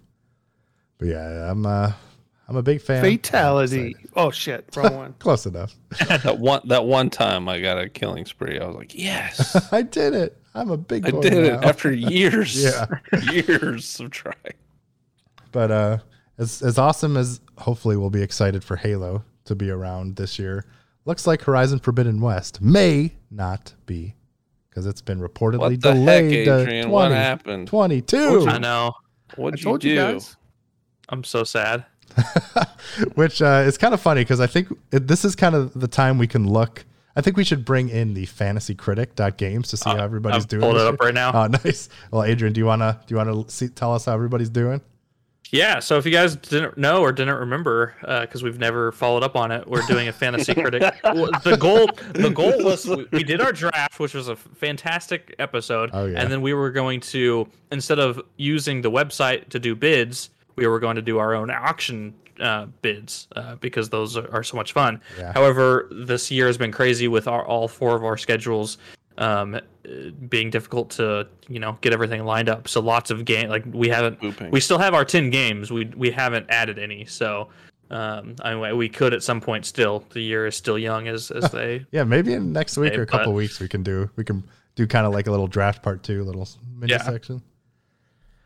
Speaker 1: But yeah, I'm uh, I'm a big fan.
Speaker 4: Fatality. Oh shit, wrong one.
Speaker 1: Close enough.
Speaker 2: that one. That one time I got a killing spree. I was like, yes, Oh,
Speaker 1: I did it. I'm a big.
Speaker 2: I
Speaker 1: boy
Speaker 2: did it
Speaker 1: now.
Speaker 2: after years.
Speaker 1: Yeah.
Speaker 2: years of trying.
Speaker 1: But uh, as as awesome as hopefully we'll be excited for Halo to be around this year. Looks like Horizon Forbidden West may not be because it's been reportedly
Speaker 2: What the heck,
Speaker 1: delayed
Speaker 2: Adrian?
Speaker 1: to
Speaker 2: what
Speaker 1: 20,
Speaker 2: happened?
Speaker 1: 22.
Speaker 3: I know.
Speaker 4: I
Speaker 2: What'd you
Speaker 4: told
Speaker 2: do?
Speaker 4: you guys.
Speaker 3: I'm so sad.
Speaker 1: which uh, is kind of funny because I think it, this is kind of the time we can look. I think we should bring in the fantasycritic.games to see how everybody's
Speaker 3: I've
Speaker 1: doing.
Speaker 3: pulled
Speaker 1: this
Speaker 3: Uh, it
Speaker 1: year.
Speaker 3: up right now.
Speaker 1: Oh, nice. Well, Adrian, do you wanna do you wanna see, tell us how everybody's doing?
Speaker 3: Yeah, so if you guys didn't know or didn't remember, because we've never followed up on it, we're doing a fantasy critic. Well, the goal, the goal was we we did our draft, which was a fantastic episode,
Speaker 1: Oh, yeah.
Speaker 3: and then we were going to instead of using the website to do bids, we were going to do our own auction uh, bids uh, because those are, are so much fun.
Speaker 1: Yeah.
Speaker 3: However, this year has been crazy with our, all four of our schedules um, uh, being difficult to you know get everything lined up. So lots of game like we haven't
Speaker 2: Pooping.
Speaker 3: we still have our 10 games we we haven't added any so um anyway we could at some point still the year is still young as as they
Speaker 1: Yeah, maybe in next week
Speaker 3: Okay,
Speaker 1: or a couple
Speaker 3: but-
Speaker 1: weeks we can do we can do kind of like a little draft part two, little mini
Speaker 3: Yeah.
Speaker 1: section.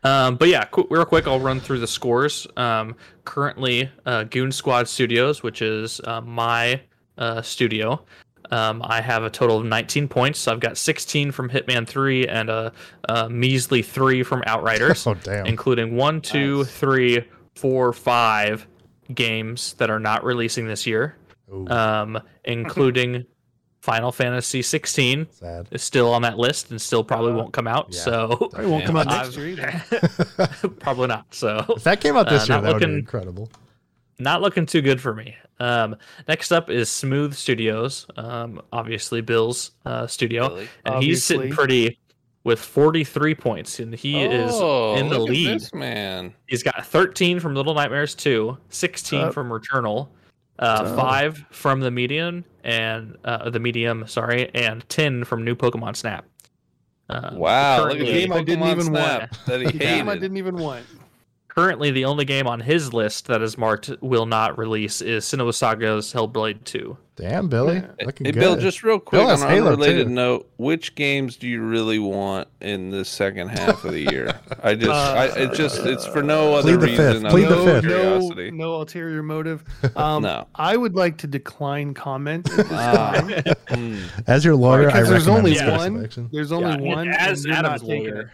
Speaker 3: um but yeah qu- real quick i'll run through the scores um currently uh goon squad studios which is uh, my uh studio um, I have a total of 19 points. So I've got 16 from Hitman 3 and a, a measly 3 from Outriders.
Speaker 1: Oh damn!
Speaker 3: including one, two,
Speaker 2: Nice.
Speaker 3: three, four, five games that are not releasing this year,
Speaker 1: Ooh.
Speaker 3: um, including Final Fantasy 16
Speaker 1: Sad.
Speaker 3: is still on that list and still probably
Speaker 4: Uh,
Speaker 3: won't come out.
Speaker 1: yeah.
Speaker 3: So
Speaker 4: Probably won't
Speaker 2: Yeah.
Speaker 4: come out
Speaker 3: I've-
Speaker 4: next year either.
Speaker 3: probably not. So
Speaker 1: If that came out this
Speaker 3: Uh,
Speaker 1: year,
Speaker 3: not
Speaker 1: that would be
Speaker 3: looking-
Speaker 1: incredible.
Speaker 3: not looking too good for me. Um, next up is Smooth Studios, um, obviously Bill's uh, studio,
Speaker 2: Billy.
Speaker 3: and he's sitting
Speaker 4: Obviously.
Speaker 3: pretty with 43 points, and he
Speaker 2: Oh,
Speaker 3: is in the
Speaker 2: look at
Speaker 3: lead.
Speaker 2: this man.
Speaker 3: He's got 13 from Little Nightmares 2, 16
Speaker 4: Up.
Speaker 3: from Returnal, uh,
Speaker 4: Up.
Speaker 3: five from the Medium and uh, the Medium, sorry, and 10 from New Pokemon Snap. Uh,
Speaker 2: Wow, look at
Speaker 3: currently-
Speaker 2: the
Speaker 4: game I Um, didn't even
Speaker 2: snap that he
Speaker 4: Damn, I
Speaker 2: hated.
Speaker 4: didn't even want.
Speaker 3: currently the only game on his list that is marked will not release is Cinema Saga's Hellblade 2.
Speaker 1: Damn, Billy.
Speaker 4: Yeah.
Speaker 1: Looking
Speaker 2: Hey,
Speaker 1: good.
Speaker 2: Bill, just real quick
Speaker 1: Bill
Speaker 2: on
Speaker 1: has
Speaker 2: an
Speaker 1: Halo,
Speaker 2: unrelated
Speaker 1: too.
Speaker 2: note, which games do you really want in the second half of the year? I just, I, it just, it's for no other
Speaker 1: Plead the fifth,
Speaker 2: reason. other
Speaker 1: plead the
Speaker 2: than
Speaker 1: fifth.
Speaker 4: Uh, No,
Speaker 2: Curiosity.
Speaker 4: no ulterior motive. Um,
Speaker 2: No.
Speaker 4: I would like to decline comment. at this
Speaker 2: Ah.
Speaker 4: time.
Speaker 2: Mm.
Speaker 1: As your lawyer, I recommend
Speaker 4: Because there's only
Speaker 1: this
Speaker 4: one.
Speaker 1: selection.
Speaker 4: There's only one. and
Speaker 3: as
Speaker 4: you're not
Speaker 3: Adam's
Speaker 4: taking
Speaker 3: lawyer.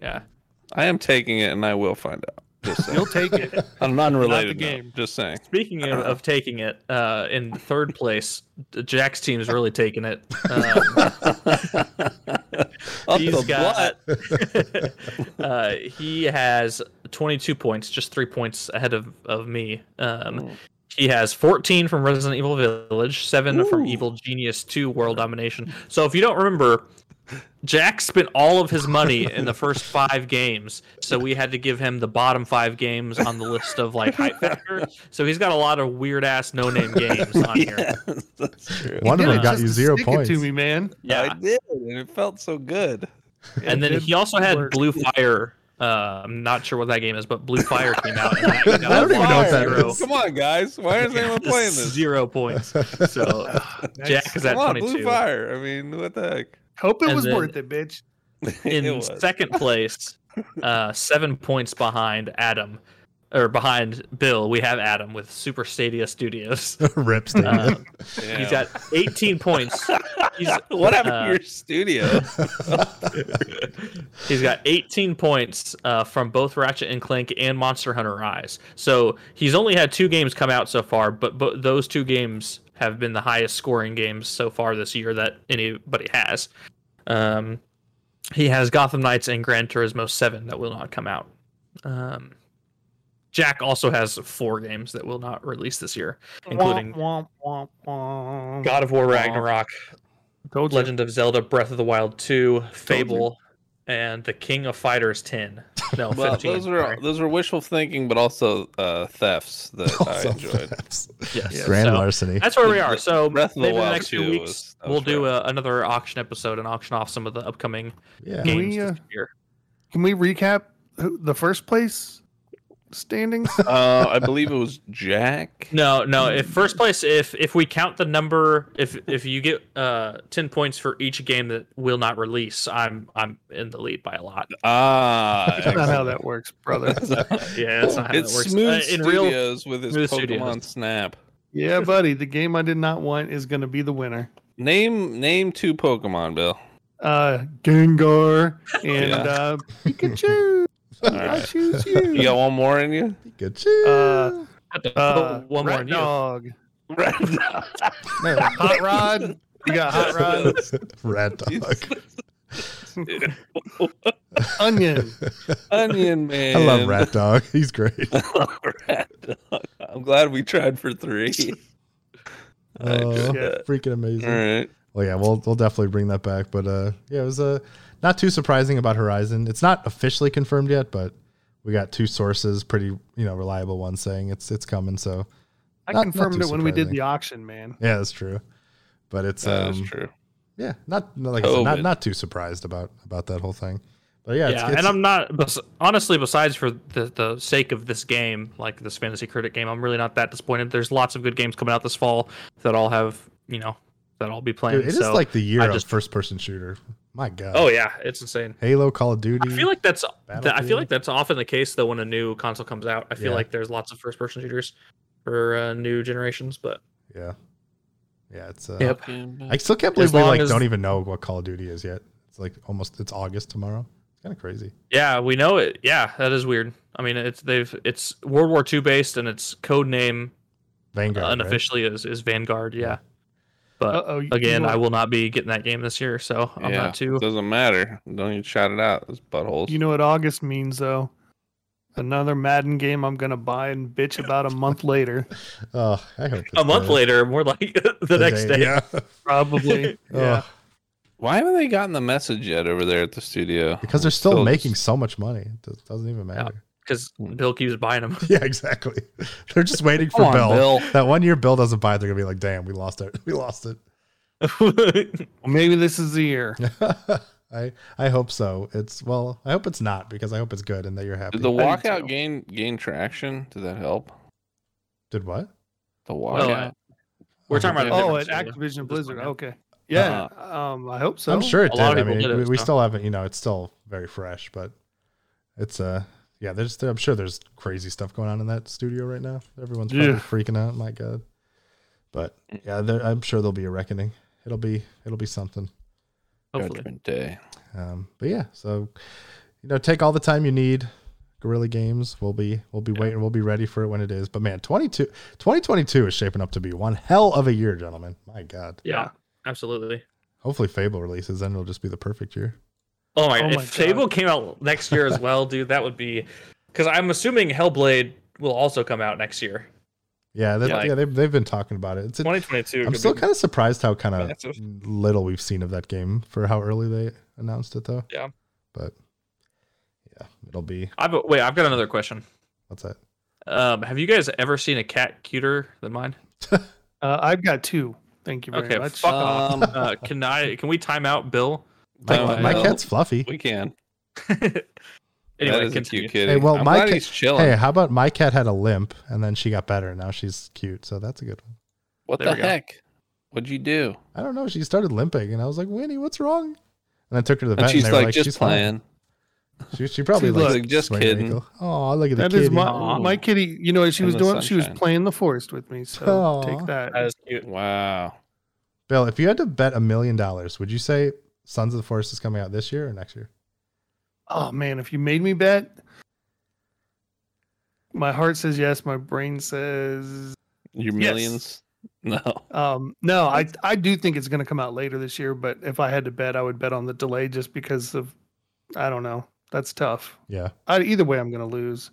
Speaker 3: Yeah.
Speaker 2: I am taking it, and I will find out. Just
Speaker 4: it.
Speaker 2: saying.
Speaker 4: You'll take it.
Speaker 2: on an unrelated
Speaker 4: Not the
Speaker 2: note,
Speaker 4: game.
Speaker 2: Just saying.
Speaker 3: Speaking of, of taking it, uh, in third place, Jack's team's really taking it. Um,
Speaker 2: Up
Speaker 3: He's
Speaker 2: the
Speaker 3: got-
Speaker 2: butt.
Speaker 3: uh, he has 22 points, just three points ahead of, of me.
Speaker 2: Hmm.
Speaker 3: Um, he has 14 from Resident Evil Village, seven from
Speaker 2: Ooh.
Speaker 3: Evil Genius 2 World Domination. So if you don't remember, Jack spent all of his money in the first five games, so we had to give him the bottom five games on the list of like hype factor. So he's got a lot of weird ass no name games on here.
Speaker 2: Yes, that's true.
Speaker 1: One of
Speaker 3: Yeah.
Speaker 1: them got
Speaker 4: Just
Speaker 1: you
Speaker 4: to
Speaker 1: zero
Speaker 4: stick it
Speaker 1: points.
Speaker 4: to me, man.
Speaker 3: Yeah,
Speaker 2: I did, and it felt so good.
Speaker 3: and then
Speaker 4: It
Speaker 3: he also had
Speaker 4: worked.
Speaker 3: Blue Fire. Uh, I'm not sure what that game is, but Blue Fire came out. And that got
Speaker 1: I don't even know what that
Speaker 3: zero-
Speaker 1: is.
Speaker 2: Come on, guys. Why is anyone playing this?
Speaker 3: Zero points. So Jack is at
Speaker 2: Come on,
Speaker 3: 22.
Speaker 2: Blue Fire. I mean, what the heck?
Speaker 4: Hope it
Speaker 3: And
Speaker 4: was
Speaker 3: then-
Speaker 4: worth it, bitch.
Speaker 2: It
Speaker 3: in
Speaker 2: was.
Speaker 3: second place, uh, seven points behind Adam, or behind Bill. We have Adam with Super Stadia Studios.
Speaker 1: Rip Steve.
Speaker 3: Uh,
Speaker 2: Damn.
Speaker 3: He's got 18 points. He's,
Speaker 2: what happened
Speaker 3: uh,
Speaker 2: to your studio?
Speaker 3: he's got 18 points uh, from both Ratchet and Clank and Monster Hunter Rise. So he's only had two games come out so far, but, but those two games have been the highest scoring games so far this year that anybody has. Um, he has Gotham Knights and Gran Turismo 7 that will not come out. Um, Jack also has four games that will not release this year, including
Speaker 4: Womp, womp, womp, womp.
Speaker 3: God of War Ragnarok,
Speaker 4: Told you.
Speaker 3: Legend of Zelda Breath of the Wild 2, Fable, and The King of Fighters 10. No,
Speaker 2: Well,
Speaker 3: 15.
Speaker 2: those were
Speaker 3: sorry.
Speaker 2: those were wishful thinking, but also uh, thefts that
Speaker 1: Also
Speaker 2: I enjoyed.
Speaker 1: thefts.
Speaker 3: Yes.
Speaker 1: Grand
Speaker 3: so
Speaker 1: larceny.
Speaker 3: That's where we are. So
Speaker 2: Breath of the
Speaker 3: maybe the
Speaker 2: Wild
Speaker 3: next few
Speaker 2: 2
Speaker 3: weeks
Speaker 2: was- that
Speaker 3: we'll
Speaker 2: was
Speaker 3: do a, another auction episode and auction off some of the upcoming
Speaker 1: Yeah.
Speaker 4: Can
Speaker 3: games
Speaker 4: we, uh,
Speaker 3: this year.
Speaker 4: Can we recap who- the first place standings?
Speaker 2: Uh, I believe it was Jack.
Speaker 3: No, no. If first place, if if we count the number, if if you get uh ten points for each game that will not release, I'm I'm in the lead by a lot.
Speaker 2: Ah,
Speaker 4: That's not
Speaker 2: excellent.
Speaker 4: how that works, brother.
Speaker 3: Yeah, that's not how
Speaker 2: oh, it's
Speaker 3: that works.
Speaker 2: Smooth
Speaker 3: Uh, in real,
Speaker 2: Studios with his
Speaker 3: Smooth
Speaker 2: Pokemon
Speaker 3: Studios.
Speaker 2: Snap.
Speaker 4: yeah, buddy. The game I did not want is going to be the winner.
Speaker 2: Name name two Pokemon, Bill.
Speaker 4: Uh, Gengar and
Speaker 2: Yeah.
Speaker 4: uh, Pikachu.
Speaker 2: All
Speaker 4: I
Speaker 2: right.
Speaker 4: choose
Speaker 2: You
Speaker 4: you.
Speaker 2: got one more in you?
Speaker 1: Good
Speaker 4: Uh,
Speaker 1: cheer.
Speaker 4: Uh,
Speaker 3: one more
Speaker 4: Rat
Speaker 3: on you.
Speaker 4: dog.
Speaker 2: Red
Speaker 1: No,
Speaker 4: Hot rod. You got hot rod.
Speaker 1: Rat dog.
Speaker 4: Onion.
Speaker 2: Onion Man.
Speaker 1: I love Rat Dog. He's great.
Speaker 2: I love Rat Dog. I'm glad we tried for three. I
Speaker 1: Oh,
Speaker 2: enjoyed
Speaker 4: yeah.
Speaker 1: freaking amazing.
Speaker 2: that. All right.
Speaker 1: Well, yeah, we'll we'll definitely bring that back. But uh, yeah, it was uh, not too surprising about Horizon. It's not officially confirmed yet, but we got two sources, pretty you know reliable ones, saying it's it's coming. So
Speaker 4: I
Speaker 1: Not- not
Speaker 4: confirmed
Speaker 1: too
Speaker 4: it when we did
Speaker 1: surprising.
Speaker 4: the auction, man.
Speaker 1: yeah, that's true. But it's
Speaker 2: That is
Speaker 1: um,
Speaker 2: true.
Speaker 1: yeah, not, not like I said, not
Speaker 2: COVID.
Speaker 1: not too surprised about about that whole thing. But yeah,
Speaker 3: Yeah,
Speaker 1: it's, it's,
Speaker 3: and I'm not bes- honestly. Besides for the the sake of this game, like this fantasy critic game, I'm really not that disappointed. There's lots of good games coming out this fall that I'll have, you know, that I'll be playing.
Speaker 1: dude, it is
Speaker 3: so,
Speaker 1: like the year
Speaker 3: I
Speaker 1: of
Speaker 3: just-
Speaker 1: first person shooter. My God.
Speaker 3: oh yeah, it's insane.
Speaker 1: Halo, Call of Duty.
Speaker 3: I feel like that's that, I feel
Speaker 1: Battlefield.
Speaker 3: like that's often the case though when a new console comes out. I feel
Speaker 1: Yeah.
Speaker 3: like there's lots of first person shooters for uh, new generations, but
Speaker 1: yeah, yeah, it's uh,
Speaker 3: Yep.
Speaker 1: I still can't believe
Speaker 3: As
Speaker 1: we
Speaker 3: long
Speaker 1: like
Speaker 3: as-
Speaker 1: don't even know what Call of Duty is yet. It's like almost it's August tomorrow. It's kind of crazy.
Speaker 3: yeah, we know it. Yeah, that is weird. I mean, it's they've it's World War II based and its code name
Speaker 1: Vanguard.
Speaker 3: uh,
Speaker 1: right?
Speaker 3: unofficially is is Vanguard. Yeah. But
Speaker 4: Uh-oh, you-
Speaker 3: again,
Speaker 4: you know,
Speaker 3: I will not be getting that game this year, so I'm
Speaker 2: Yeah,
Speaker 3: not too.
Speaker 2: It doesn't matter. Don't even shout it out. Those buttholes.
Speaker 4: You know what August means though? Another Madden game I'm gonna buy and bitch about a month later,
Speaker 1: Oh, I hope
Speaker 3: A
Speaker 1: it's
Speaker 3: month
Speaker 1: good.
Speaker 3: later, more like the, next day.
Speaker 1: Yeah.
Speaker 4: probably. yeah.
Speaker 1: Ugh.
Speaker 2: Why haven't they gotten the message yet over there at the studio?
Speaker 1: because they're still
Speaker 2: Still
Speaker 1: making
Speaker 2: just-
Speaker 1: so much money. It does- doesn't even matter.
Speaker 3: because
Speaker 2: Hmm.
Speaker 3: Bill keeps buying them.
Speaker 1: Yeah, exactly. They're just waiting for
Speaker 2: Come on,
Speaker 1: Bill.
Speaker 2: Bill.
Speaker 1: That one year Bill doesn't buy it, they're gonna be like, damn, we lost it. We lost it.
Speaker 2: Oh,
Speaker 4: Well, maybe this is the year.
Speaker 1: I I hope so. It's well, I hope it's not because I hope it's good and that you're happy.
Speaker 2: Did the
Speaker 4: I think
Speaker 2: walkout
Speaker 4: so.
Speaker 2: gain gain traction? Did that help?
Speaker 1: Did what?
Speaker 2: The
Speaker 3: Well,
Speaker 2: walkout.
Speaker 3: we're talking about a
Speaker 4: Oh, at
Speaker 3: different studio.
Speaker 4: Activision
Speaker 3: one,
Speaker 4: Blizzard.
Speaker 3: yeah. Uh-huh.
Speaker 4: Okay. Yeah. um, I hope so.
Speaker 1: I'm sure it
Speaker 3: a
Speaker 1: did.
Speaker 3: lot
Speaker 1: I
Speaker 3: of people
Speaker 1: mean,
Speaker 3: did
Speaker 1: we,
Speaker 3: it,
Speaker 1: we
Speaker 3: so.
Speaker 1: still haven't. You know, it's still very fresh, but it's uh, yeah. There's, I'm sure there's crazy stuff going on in that studio right now. Everyone's probably
Speaker 4: Yeah.
Speaker 1: freaking out. My God, but yeah, there, I'm sure there'll be a reckoning. It'll be, it'll be something.
Speaker 3: Hopefully,
Speaker 2: Judgment Day.
Speaker 1: Um, but yeah, so you know, take all the time you need. Guerrilla Games, we'll be we'll be waiting. We'll be ready for it when it is. But man, 22, 2022 is shaping up to be one hell of a year, gentlemen. My God.
Speaker 3: yeah,
Speaker 4: Yeah.
Speaker 3: absolutely.
Speaker 1: Hopefully, Fable releases, and it'll just be the perfect year.
Speaker 3: Oh my!
Speaker 4: Oh
Speaker 3: god!
Speaker 4: my
Speaker 3: if Fable came out next year as well, dude, that would be because I'm assuming Hellblade will also come out next year,
Speaker 1: Yeah, that,
Speaker 3: Yeah.
Speaker 1: yeah, they've, they've been talking about it. It's a,
Speaker 3: 2022.
Speaker 1: I'm
Speaker 3: could
Speaker 1: still
Speaker 3: be-
Speaker 1: kind of surprised how kind of
Speaker 3: massive.
Speaker 1: little we've seen of that game for how early they announced it, though.
Speaker 3: Yeah.
Speaker 1: But yeah, it'll be
Speaker 3: I've, wait, I've got another question.
Speaker 1: what's that?
Speaker 3: Um, have you guys ever seen a cat cuter than mine?
Speaker 4: Uh, I've got two. Thank you very
Speaker 3: Okay,
Speaker 4: much.
Speaker 3: fuck off.
Speaker 2: Um,
Speaker 3: Uh, can I? Can we time out Bill?
Speaker 1: My,
Speaker 2: Oh,
Speaker 1: my
Speaker 2: well,
Speaker 1: cat's fluffy.
Speaker 2: We can.
Speaker 3: anyway,
Speaker 2: that is a
Speaker 3: continue.
Speaker 2: cute kitty.
Speaker 1: Hey, well,
Speaker 2: I'm
Speaker 1: my
Speaker 2: glad
Speaker 1: ca-
Speaker 2: he's chilling.
Speaker 1: Hey, how about my cat had a limp and then she got better and now she's cute. So that's a good one.
Speaker 2: what
Speaker 3: there
Speaker 2: the
Speaker 3: we go.
Speaker 2: heck? What'd you do?
Speaker 1: I don't know. She started limping and I was like, Winnie, what's wrong? And I took her to the vet
Speaker 2: And
Speaker 1: and,
Speaker 2: she's
Speaker 1: they were
Speaker 2: like,
Speaker 1: like,
Speaker 2: just
Speaker 1: she's fine.
Speaker 2: playing.
Speaker 1: She, she probably
Speaker 4: She's
Speaker 1: like,
Speaker 2: like, just kidding.
Speaker 1: Oh, look at the
Speaker 4: That
Speaker 1: kitty.
Speaker 4: is my
Speaker 3: Oh.
Speaker 2: Aw.
Speaker 4: my kitty. You know what she
Speaker 2: In
Speaker 4: was
Speaker 2: the
Speaker 4: doing? She was
Speaker 2: sunshine.
Speaker 4: playing the forest with me. So
Speaker 1: Aw.
Speaker 4: take that.
Speaker 3: That is cute.
Speaker 2: Wow.
Speaker 1: Bill, if you had to bet a million dollars, would you say Sons of the Forest is coming out this year or next year?
Speaker 4: Oh man, if you made me bet, my heart says yes. My brain says
Speaker 2: Your
Speaker 4: Yes.
Speaker 2: millions? No.
Speaker 4: um, no. I I do think it's going to come out later this year. But if I had to bet, I would bet on the delay just because of I don't know. That's tough.
Speaker 1: Yeah.
Speaker 4: I, either way, I'm going to lose.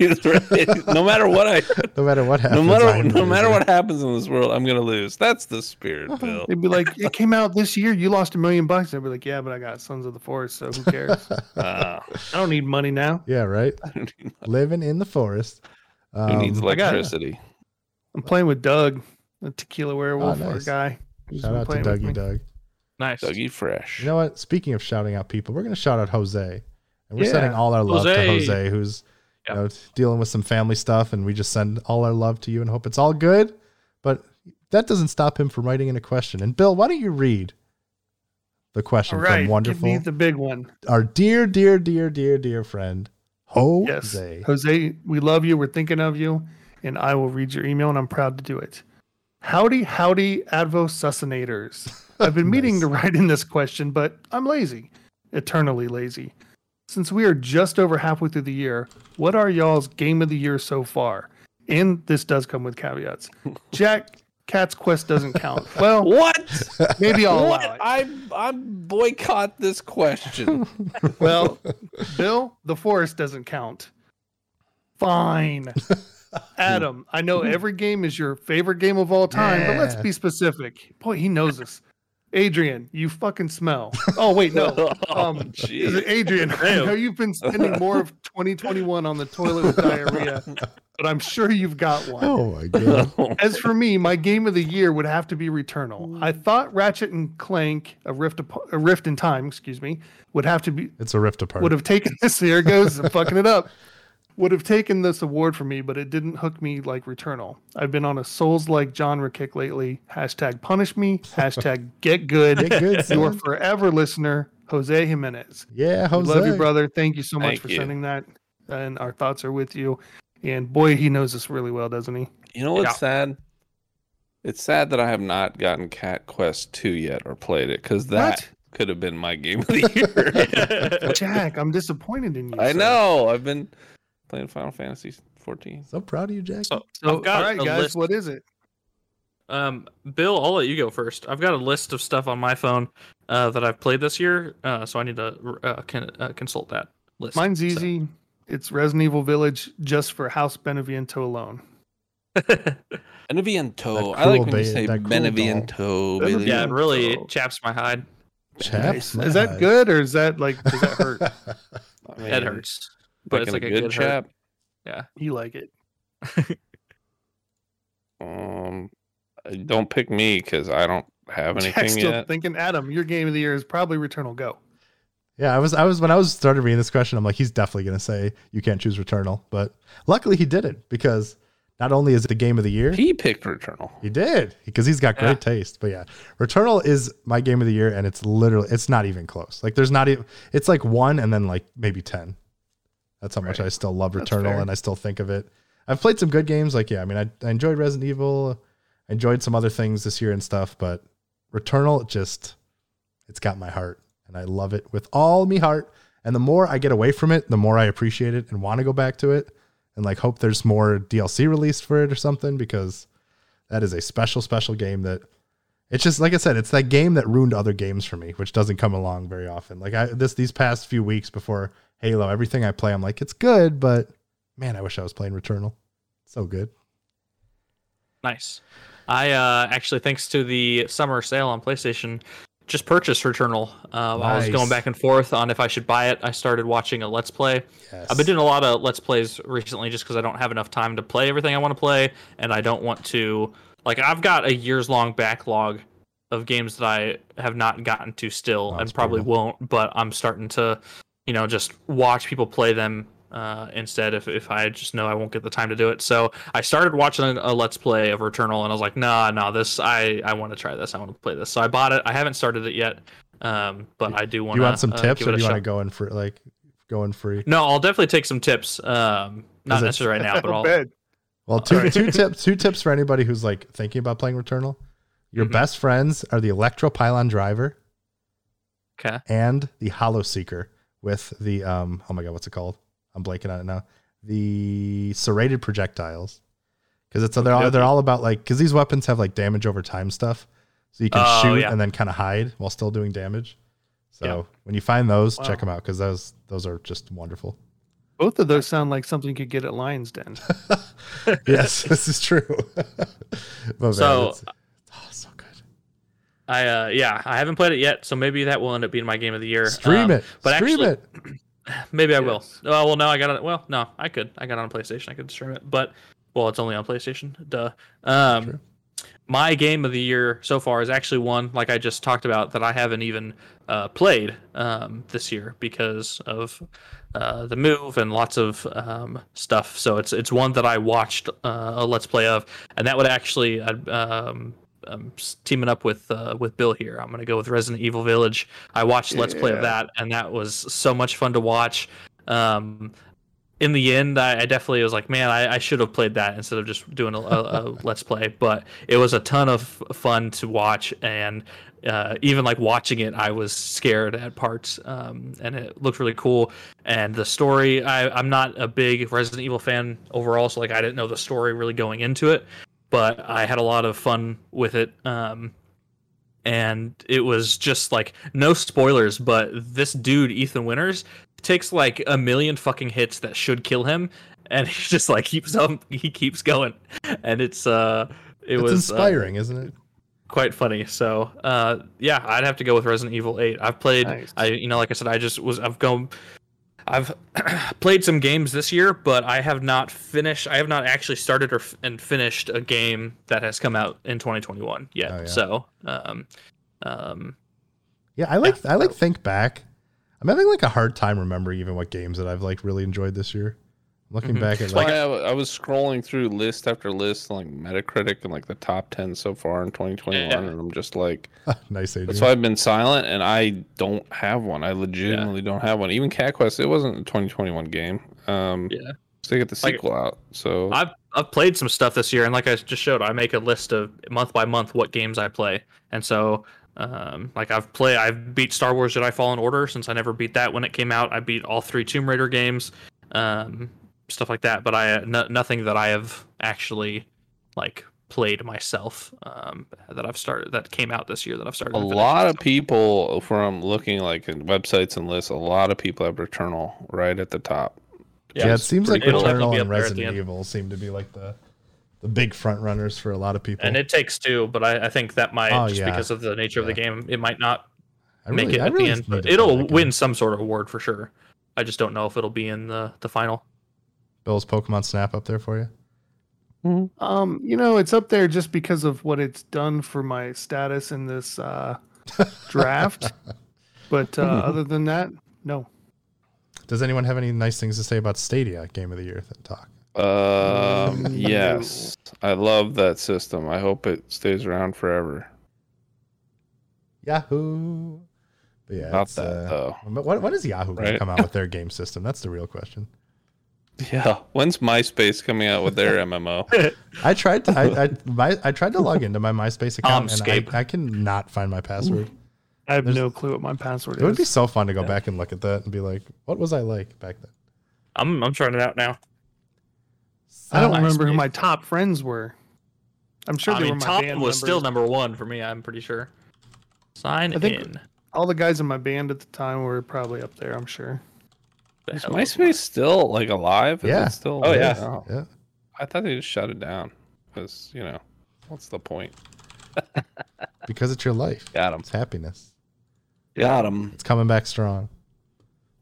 Speaker 2: no matter what I
Speaker 1: No matter what
Speaker 2: no
Speaker 1: happens.
Speaker 2: matter
Speaker 1: I'm
Speaker 2: no matter
Speaker 1: losing.
Speaker 2: what happens in this world, I'm gonna lose. That's the
Speaker 1: Oh,
Speaker 2: spirit, Bill.
Speaker 4: They'd be like, "It came out this year. You lost a million bucks." I'd be like, "Yeah, but I got Sons of the Forest, so who cares?
Speaker 2: Uh,
Speaker 4: I don't need money now.
Speaker 1: Yeah, right. Living in the forest.
Speaker 2: who needs
Speaker 1: Um,
Speaker 4: I got it.
Speaker 2: electricity?
Speaker 4: I'm playing with Doug, the tequila werewolf
Speaker 1: Ah, nice.
Speaker 4: guy. who's
Speaker 1: shout out
Speaker 4: been
Speaker 1: to
Speaker 4: playing with me.
Speaker 1: Dougie Doug.
Speaker 3: Nice.
Speaker 2: Dougie Fresh.
Speaker 1: You know what? Speaking of shouting out people, we're gonna shout out Jose, and we're
Speaker 4: Yeah.
Speaker 1: sending all our love to
Speaker 3: Jose.
Speaker 1: Jose, who's
Speaker 3: Yeah.
Speaker 1: you know dealing with some family stuff, and we just send all our love to you and hope it's all good. But that doesn't stop him from writing in a question. And Bill, why don't you read the question
Speaker 4: All right,
Speaker 1: from wonderful,
Speaker 4: give me the big one.
Speaker 1: our dear, dear, dear, dear, dear friend Jose.
Speaker 4: Yes, Jose, we love you. We're thinking of you, and I will read your email, and I'm proud to do it. Howdy, howdy, Advo Sussinators. I've been meaning
Speaker 1: Nice.
Speaker 4: to write in this question, but I'm lazy, eternally lazy. Since we are just over halfway through the year, what are y'all's game of the year so far? And this does come with caveats. Jack, Cat's Quest doesn't count. Well,
Speaker 2: What?
Speaker 4: maybe I'll
Speaker 1: Oh,
Speaker 4: allow
Speaker 2: What?
Speaker 4: it.
Speaker 2: I I boycott this question.
Speaker 4: Well, Bill, the forest doesn't count. Fine. Adam, I know every game is your favorite game of all time, but let's
Speaker 1: Yeah.
Speaker 4: be specific. Boy, he knows us. Adrian, you fucking smell. Oh wait, no. Um,
Speaker 2: Jeez.
Speaker 4: is it Adrian, I know you've been spending more of 2021 on the toilet with diarrhea, but I'm sure you've got one.
Speaker 1: Oh my god.
Speaker 4: As for me, my game of the year would have to be Returnal. I thought Ratchet and Clank, a Rift, Apo- a Rift in Time, excuse me, would have to be
Speaker 1: It's a rift apart.
Speaker 4: would have taken this. There it goes. I'm fucking it up. Would have taken this award for me, but it didn't hook me like Returnal. I've been on a Souls like genre kick lately. Hashtag punish me. Hashtag get good.
Speaker 1: Get good,
Speaker 4: you are
Speaker 1: son.
Speaker 4: forever listener, Jose Jimenez.
Speaker 1: yeah,
Speaker 4: We
Speaker 1: Jose.
Speaker 4: love you, brother. Thank you so much
Speaker 2: Thank
Speaker 4: for
Speaker 2: you.
Speaker 4: sending that. And our thoughts are with you. And boy, he knows us really well, doesn't he?
Speaker 2: You know what's
Speaker 3: Yeah.
Speaker 2: sad? It's sad that I have not gotten Cat Quest 2 yet or played it because that could have been my game of the year.
Speaker 4: Jack, I'm disappointed in you.
Speaker 2: Uh, I
Speaker 4: sir.
Speaker 2: know. I've been playing Final Fantasy 14.
Speaker 1: So proud of you, Jack.
Speaker 3: So
Speaker 4: So,
Speaker 3: I've got
Speaker 4: all right,
Speaker 3: a
Speaker 4: guys,
Speaker 3: list.
Speaker 4: what is it?
Speaker 3: Um, Bill, I'll let you go first. I've got a list of stuff on my phone uh, that I've played this year, uh, so I need to uh, con- uh, consult that list.
Speaker 4: Mine's
Speaker 3: So-
Speaker 4: easy. It's Resident Evil Village just for House Beneviento alone.
Speaker 2: Beneviento.
Speaker 1: That
Speaker 2: I like
Speaker 1: cool
Speaker 2: when you
Speaker 1: ba-
Speaker 2: say
Speaker 1: that cool
Speaker 2: Beneviento.
Speaker 4: doll.
Speaker 2: Billy.
Speaker 3: yeah, it really
Speaker 4: So-
Speaker 3: it chaps my hide.
Speaker 1: Chaps,
Speaker 4: Is that good or is that like does that hurt?
Speaker 2: I
Speaker 3: Head
Speaker 2: mean,
Speaker 3: hurts, but it's like a
Speaker 2: making
Speaker 3: good, hurt.
Speaker 2: chap.
Speaker 4: you like it?
Speaker 2: Um, don't pick me because I don't have
Speaker 4: Jack's
Speaker 2: anything
Speaker 4: still
Speaker 2: yet.
Speaker 4: thinking, Adam, your game of the year is probably Returnal. Go.
Speaker 1: Yeah, I was, I was when I was started reading this question, I'm like, he's definitely gonna say you can't choose Returnal, but luckily he did it because not only is it the game of the year,
Speaker 2: He picked Returnal.
Speaker 1: He did because he's got great
Speaker 3: Yeah.
Speaker 1: taste. But yeah, Returnal is my game of the year, and it's literally it's not even close. Like there's not e, even it's like one and then like maybe ten. That's how much I still love
Speaker 4: That's
Speaker 1: Returnal,
Speaker 4: fair.
Speaker 1: and I still think of it. I've played some good games. Like yeah, I mean I, I enjoyed Resident Evil, I enjoyed some other things this year and stuff, but Returnal just it's got my heart, and I love it with all me heart. And the more I get away from it, the more I appreciate it and want to go back to it, and like hope there's more DLC released for it or something because that is a special, special game that it's just like I said, it's that game that ruined other games for me, which doesn't come along very often. Like I this these past few weeks before Halo, everything I play, I'm like, it's good, but man, I wish I was playing Returnal. So good.
Speaker 3: Nice. I uh, actually, thanks to the summer sale on PlayStation, just purchased Returnal. Um, I was
Speaker 1: Nice.
Speaker 3: going back and forth on if I should buy it. I started watching a Let's Play.
Speaker 1: Yes.
Speaker 3: I've been doing a lot of Let's Plays recently just because I don't have enough time to play everything I want to play, and I don't want to. Like, I've got a years long backlog of games that I have not gotten to still
Speaker 1: Oh, that's
Speaker 3: and probably
Speaker 1: brutal.
Speaker 3: won't, but I'm starting to, you know, just watch people play them uh, instead if, if I just know I won't get the time to do it. So I started watching a, a Let's Play of Returnal, and I was like, nah, nah, this, I, I want to try this. I want to play this. So I bought it. I haven't started it yet. Um, but I do
Speaker 1: Do
Speaker 3: want
Speaker 1: you
Speaker 3: to.
Speaker 1: want some tips
Speaker 3: uh, give
Speaker 1: or do
Speaker 3: it a
Speaker 1: you want
Speaker 3: shot.
Speaker 1: to go in for like going free?
Speaker 3: No, I'll definitely take some tips. Um,
Speaker 1: Is
Speaker 3: not
Speaker 1: it-
Speaker 3: necessarily right now, but
Speaker 4: Oh,
Speaker 3: I'll.
Speaker 4: bed.
Speaker 1: Well, two
Speaker 4: Alright.
Speaker 1: two tips two tips for anybody who's like thinking about playing Returnal. Your
Speaker 3: Mhm.
Speaker 1: best friends are the Electropylon driver
Speaker 3: Okay.
Speaker 1: and the Hollow Seeker with the um oh my god, what's it called? I'm blanking on it now. The serrated projectiles. Because it's they're all,
Speaker 3: Okey-dokey.
Speaker 1: they're all about like because these weapons have like damage over time stuff, so you can
Speaker 3: Oh,
Speaker 1: shoot
Speaker 3: yeah.
Speaker 1: and then kind of hide while still doing damage. So
Speaker 3: Yeah.
Speaker 1: when you find those, check
Speaker 4: Wow.
Speaker 1: them out because those those are just wonderful.
Speaker 4: Both of those sound like something you could get at Lion's Den.
Speaker 1: yes, this is true. But
Speaker 3: So- uh,
Speaker 1: it's- oh, so good.
Speaker 3: I uh, yeah, I haven't played it yet, so maybe that will end up being my game of the year.
Speaker 1: Stream
Speaker 3: Um,
Speaker 1: it,
Speaker 3: but
Speaker 1: stream
Speaker 3: actually-
Speaker 1: it.
Speaker 3: Maybe I will.
Speaker 4: Yes.
Speaker 3: Oh well, no, I got it. Well, no, I could. I got it on PlayStation. I could stream it, but well, it's only on PlayStation. Duh.
Speaker 1: True.
Speaker 3: Um, my game of the year so far is actually one like I just talked about that I haven't even uh, played um, this year because of uh, the move and lots of um, stuff. So it's it's one that I watched uh, a let's play of, and that would actually I'd, um, I'm s- teaming up with uh, with Bill here. I'm gonna go with Resident Evil Village. I watched let's play of
Speaker 4: Yeah.
Speaker 3: that, and that was so much fun to watch. Um, in the end, I, I definitely was like, man, I, I should have played that instead of just doing a, a, a let's play. But it was a ton of f- fun to watch, and uh, even like watching it, I was scared at parts, um, and it looked really cool. And the story, I, I'm not a big Resident Evil fan overall, so like I didn't know the story really going into it, but I had a lot of fun with it. Um, and it was just like no spoilers, but this dude Ethan Winters takes like a million fucking hits that should kill him, and he just like keeps up, he keeps going, and it's uh, it
Speaker 1: it's
Speaker 3: was uh,
Speaker 1: inspiring, isn't it?
Speaker 3: quite funny. So uh, yeah, I'd have to go with Resident Evil Eight. I've played,
Speaker 4: Nice.
Speaker 3: I you know, like I said, I just was I've gone, I've played some games this year, but I have not finished. I have not actually started or f- and finished a game that has come out in 2021 yet.
Speaker 1: Oh, yeah.
Speaker 3: So um, um,
Speaker 1: Yeah, I like I like think back. I'm having like a hard time remembering even what games that I've like really enjoyed this year. Looking
Speaker 3: Mhm.
Speaker 1: back at
Speaker 2: That's
Speaker 1: like
Speaker 2: why I, I was scrolling through list after list, like Metacritic and like the top ten so far in 2021,
Speaker 3: Yeah.
Speaker 2: and I'm just like,
Speaker 1: nice
Speaker 2: that's
Speaker 1: Adrian.
Speaker 2: why I've been silent, and I don't have one. I legitimately don't have one. Even Cat Quest, it wasn't a 2021 game. Um,
Speaker 3: Yeah.
Speaker 2: so they get the
Speaker 3: Like-
Speaker 2: sequel out. So
Speaker 3: I've I've played some stuff this year, and like I just showed, I make a list of month by month what games I play, and so um, like I've play I've beat Star Wars Jedi Fallen Order since I never beat that when it came out. I beat all three Tomb Raider games, um, stuff like that. But I no, nothing that I have actually like played myself um, that I've started that came out this year that I've started.
Speaker 2: A
Speaker 3: and finished.
Speaker 2: lot of people from looking like in websites and lists, a lot of people have Returnal right at the top.
Speaker 1: Yeah, it seems like
Speaker 2: pretty cool.
Speaker 3: It'll
Speaker 1: Returnal
Speaker 3: be
Speaker 1: and
Speaker 3: up there at the
Speaker 1: Resident
Speaker 3: end.
Speaker 1: Evil seem to be like the the big front runners for a lot of people.
Speaker 3: and it takes two, but I, I think that might
Speaker 1: Oh,
Speaker 3: just
Speaker 1: yeah.
Speaker 3: because of the nature of the game, it might not
Speaker 1: I
Speaker 3: make it
Speaker 1: I
Speaker 3: at the end.
Speaker 1: need
Speaker 3: But
Speaker 1: to play
Speaker 3: it'll
Speaker 1: that game.
Speaker 3: win some sort of award for sure. I just don't know if it'll be in the the final.
Speaker 1: Bill's Pokemon Snap up there for you.
Speaker 4: Um, you know, it's up there just because of what it's done for my status in this uh, draft. But uh,
Speaker 1: Hmm.
Speaker 4: other than that, no.
Speaker 1: Does anyone have any nice things to say about Stadia Game of the Year th- talk?
Speaker 2: Um, yes, I love that system. I hope it stays around forever.
Speaker 1: Yahoo. But yeah,
Speaker 2: Not
Speaker 1: it's,
Speaker 2: that
Speaker 1: uh,
Speaker 2: though.
Speaker 1: but when, when is Yahoo going to
Speaker 2: Right.
Speaker 1: come out with their game system? That's the real question.
Speaker 2: Yeah. When's MySpace coming out with their MMO?
Speaker 1: I tried to I I, my, I tried to log into my MySpace account and
Speaker 3: Omscape.
Speaker 1: I, I can not find my password.
Speaker 4: I have
Speaker 1: There's-
Speaker 4: no clue what my password
Speaker 1: It would be
Speaker 4: is.
Speaker 1: so fun to go back and look at that and be like, what was I like back then?
Speaker 3: I'm I'm trying it out now.
Speaker 4: I don't
Speaker 3: MySpace.
Speaker 4: remember who my top friends were. I'm sure
Speaker 3: I
Speaker 4: they
Speaker 3: mean,
Speaker 4: were my
Speaker 3: Tom was
Speaker 4: band
Speaker 3: still
Speaker 4: members.
Speaker 3: number one for me. I'm pretty sure. Sign
Speaker 4: I think-
Speaker 3: in.
Speaker 4: all the guys in my band at the time were probably up there. I'm sure.
Speaker 3: The
Speaker 2: Is
Speaker 3: hell
Speaker 2: MySpace still like alive? Is it
Speaker 1: Yeah.
Speaker 2: still.
Speaker 5: Oh, yeah.
Speaker 1: Yeah.
Speaker 2: I thought they just shut it down because you know what's the point?
Speaker 1: Because it's your life.
Speaker 2: Got him.
Speaker 1: It's happiness.
Speaker 2: Got him.
Speaker 1: It's coming back strong.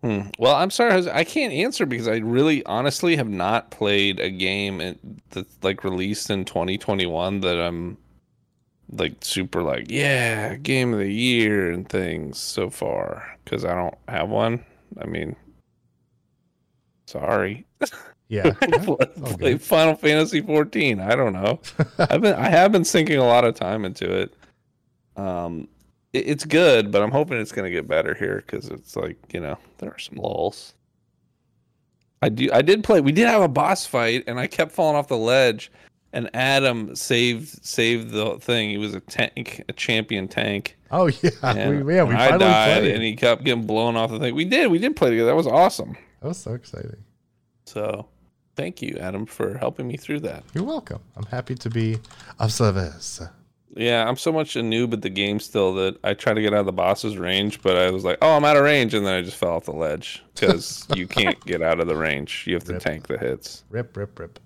Speaker 2: Hmm. Well, I'm sorry, Jose, I can't answer because I really, honestly, have not played a game in- that's like released in 2021 that I'm like super like yeah, game of the year and things so far because I don't have one. I mean, sorry.
Speaker 1: Yeah. all
Speaker 2: Play
Speaker 1: Oh, good.
Speaker 2: Final Fantasy 14. I don't know. I've been I have been sinking a lot of time into it. Um, it, it's good, but I'm hoping it's gonna get better here because it's like you know there are some lulls. I do I did play. We did have a boss fight, and I kept falling off the ledge. And Adam saved saved the thing. He was a tank, a champion tank.
Speaker 1: Oh yeah.
Speaker 2: And,
Speaker 1: we, yeah, we
Speaker 2: and I
Speaker 1: finally
Speaker 2: died,
Speaker 1: played.
Speaker 2: and he kept getting blown off the thing. We did. We did play together. That was awesome.
Speaker 1: that was so exciting.
Speaker 2: So, thank you, Adam, for helping me through that.
Speaker 1: You're welcome. I'm happy to be of service.
Speaker 2: Yeah, I'm so much a noob at the game still that I try to get out of the boss's range, but I was like, "Oh, I'm out of range," and then I just fell off the ledge because you can't get out of the range. You have to
Speaker 1: Rip.
Speaker 2: tank the hits.
Speaker 1: Rip, rip, rip.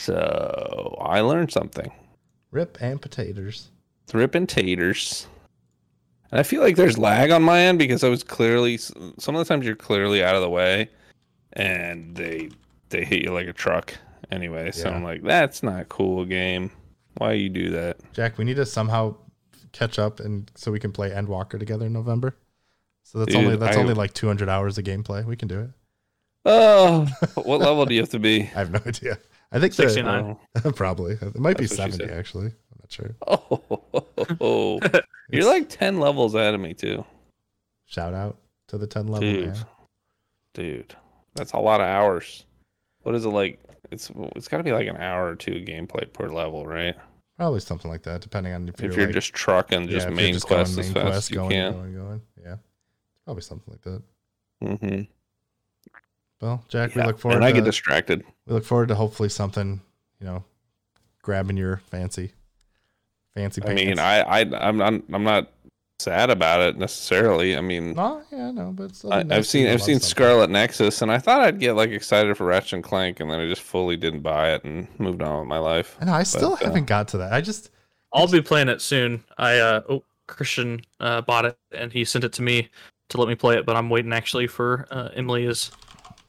Speaker 2: So I learned something:
Speaker 1: Rip and potatoes.
Speaker 2: It's ripping taters. And I feel like there's lag on my end because I was clearly some of the times you're clearly out of the way, and they they hit you like a truck anyway. So
Speaker 1: Yeah.
Speaker 2: I'm like, "That's not cool, game. Why you do that?"
Speaker 1: Jack, we need to somehow catch up and so we can play Endwalker together in November. So that's
Speaker 2: Dude,
Speaker 1: only that's
Speaker 2: I-
Speaker 1: only like 200 hours of gameplay. We can do it.
Speaker 2: Oh, what level do you have to be?
Speaker 1: I
Speaker 2: Oh.
Speaker 1: have no idea. I think the-
Speaker 3: 69.
Speaker 1: probably it might be
Speaker 2: That's what she
Speaker 1: 70
Speaker 2: said.
Speaker 1: actually. I'm not sure.
Speaker 2: Oh, you're like ten levels ahead of me too,
Speaker 1: Shout out to the 10 level
Speaker 2: dude.
Speaker 1: man.
Speaker 2: Dude, that's a lot of hours. What is it like? It's it's got to be like an hour or two of gameplay per level, right?
Speaker 1: Probably something like that, depending on if
Speaker 2: if you're
Speaker 1: like-
Speaker 2: just trucking,
Speaker 1: yeah,
Speaker 2: just
Speaker 1: if you're
Speaker 2: main
Speaker 1: just going
Speaker 2: quest as fast as you
Speaker 1: going,
Speaker 2: can.
Speaker 1: going, going. Yeah, probably something like that.
Speaker 2: Mm-hmm.
Speaker 1: Well, Jack,
Speaker 2: Yeah.
Speaker 1: we look forward.
Speaker 2: and I
Speaker 1: to,
Speaker 2: get distracted.
Speaker 1: we look forward to hopefully something you know grabbing your fancy fancy
Speaker 2: I
Speaker 1: pants.
Speaker 2: mean, I I I'm I'm, I'm not sad about it necessarily. I mean,
Speaker 1: no, yeah, no, but it's
Speaker 2: I, I've seen I've seen Scarlet Nexus, and I thought I'd get like excited for Ratchet and Clank, and then I just fully didn't buy it and moved on with my life.
Speaker 1: And I still
Speaker 2: but, uh,
Speaker 1: haven't got to that. I just
Speaker 3: I'll be playing it soon. I uh, oh, Christian uh, bought it and he sent it to me to let me play it, but I'm waiting actually for uh, Emily is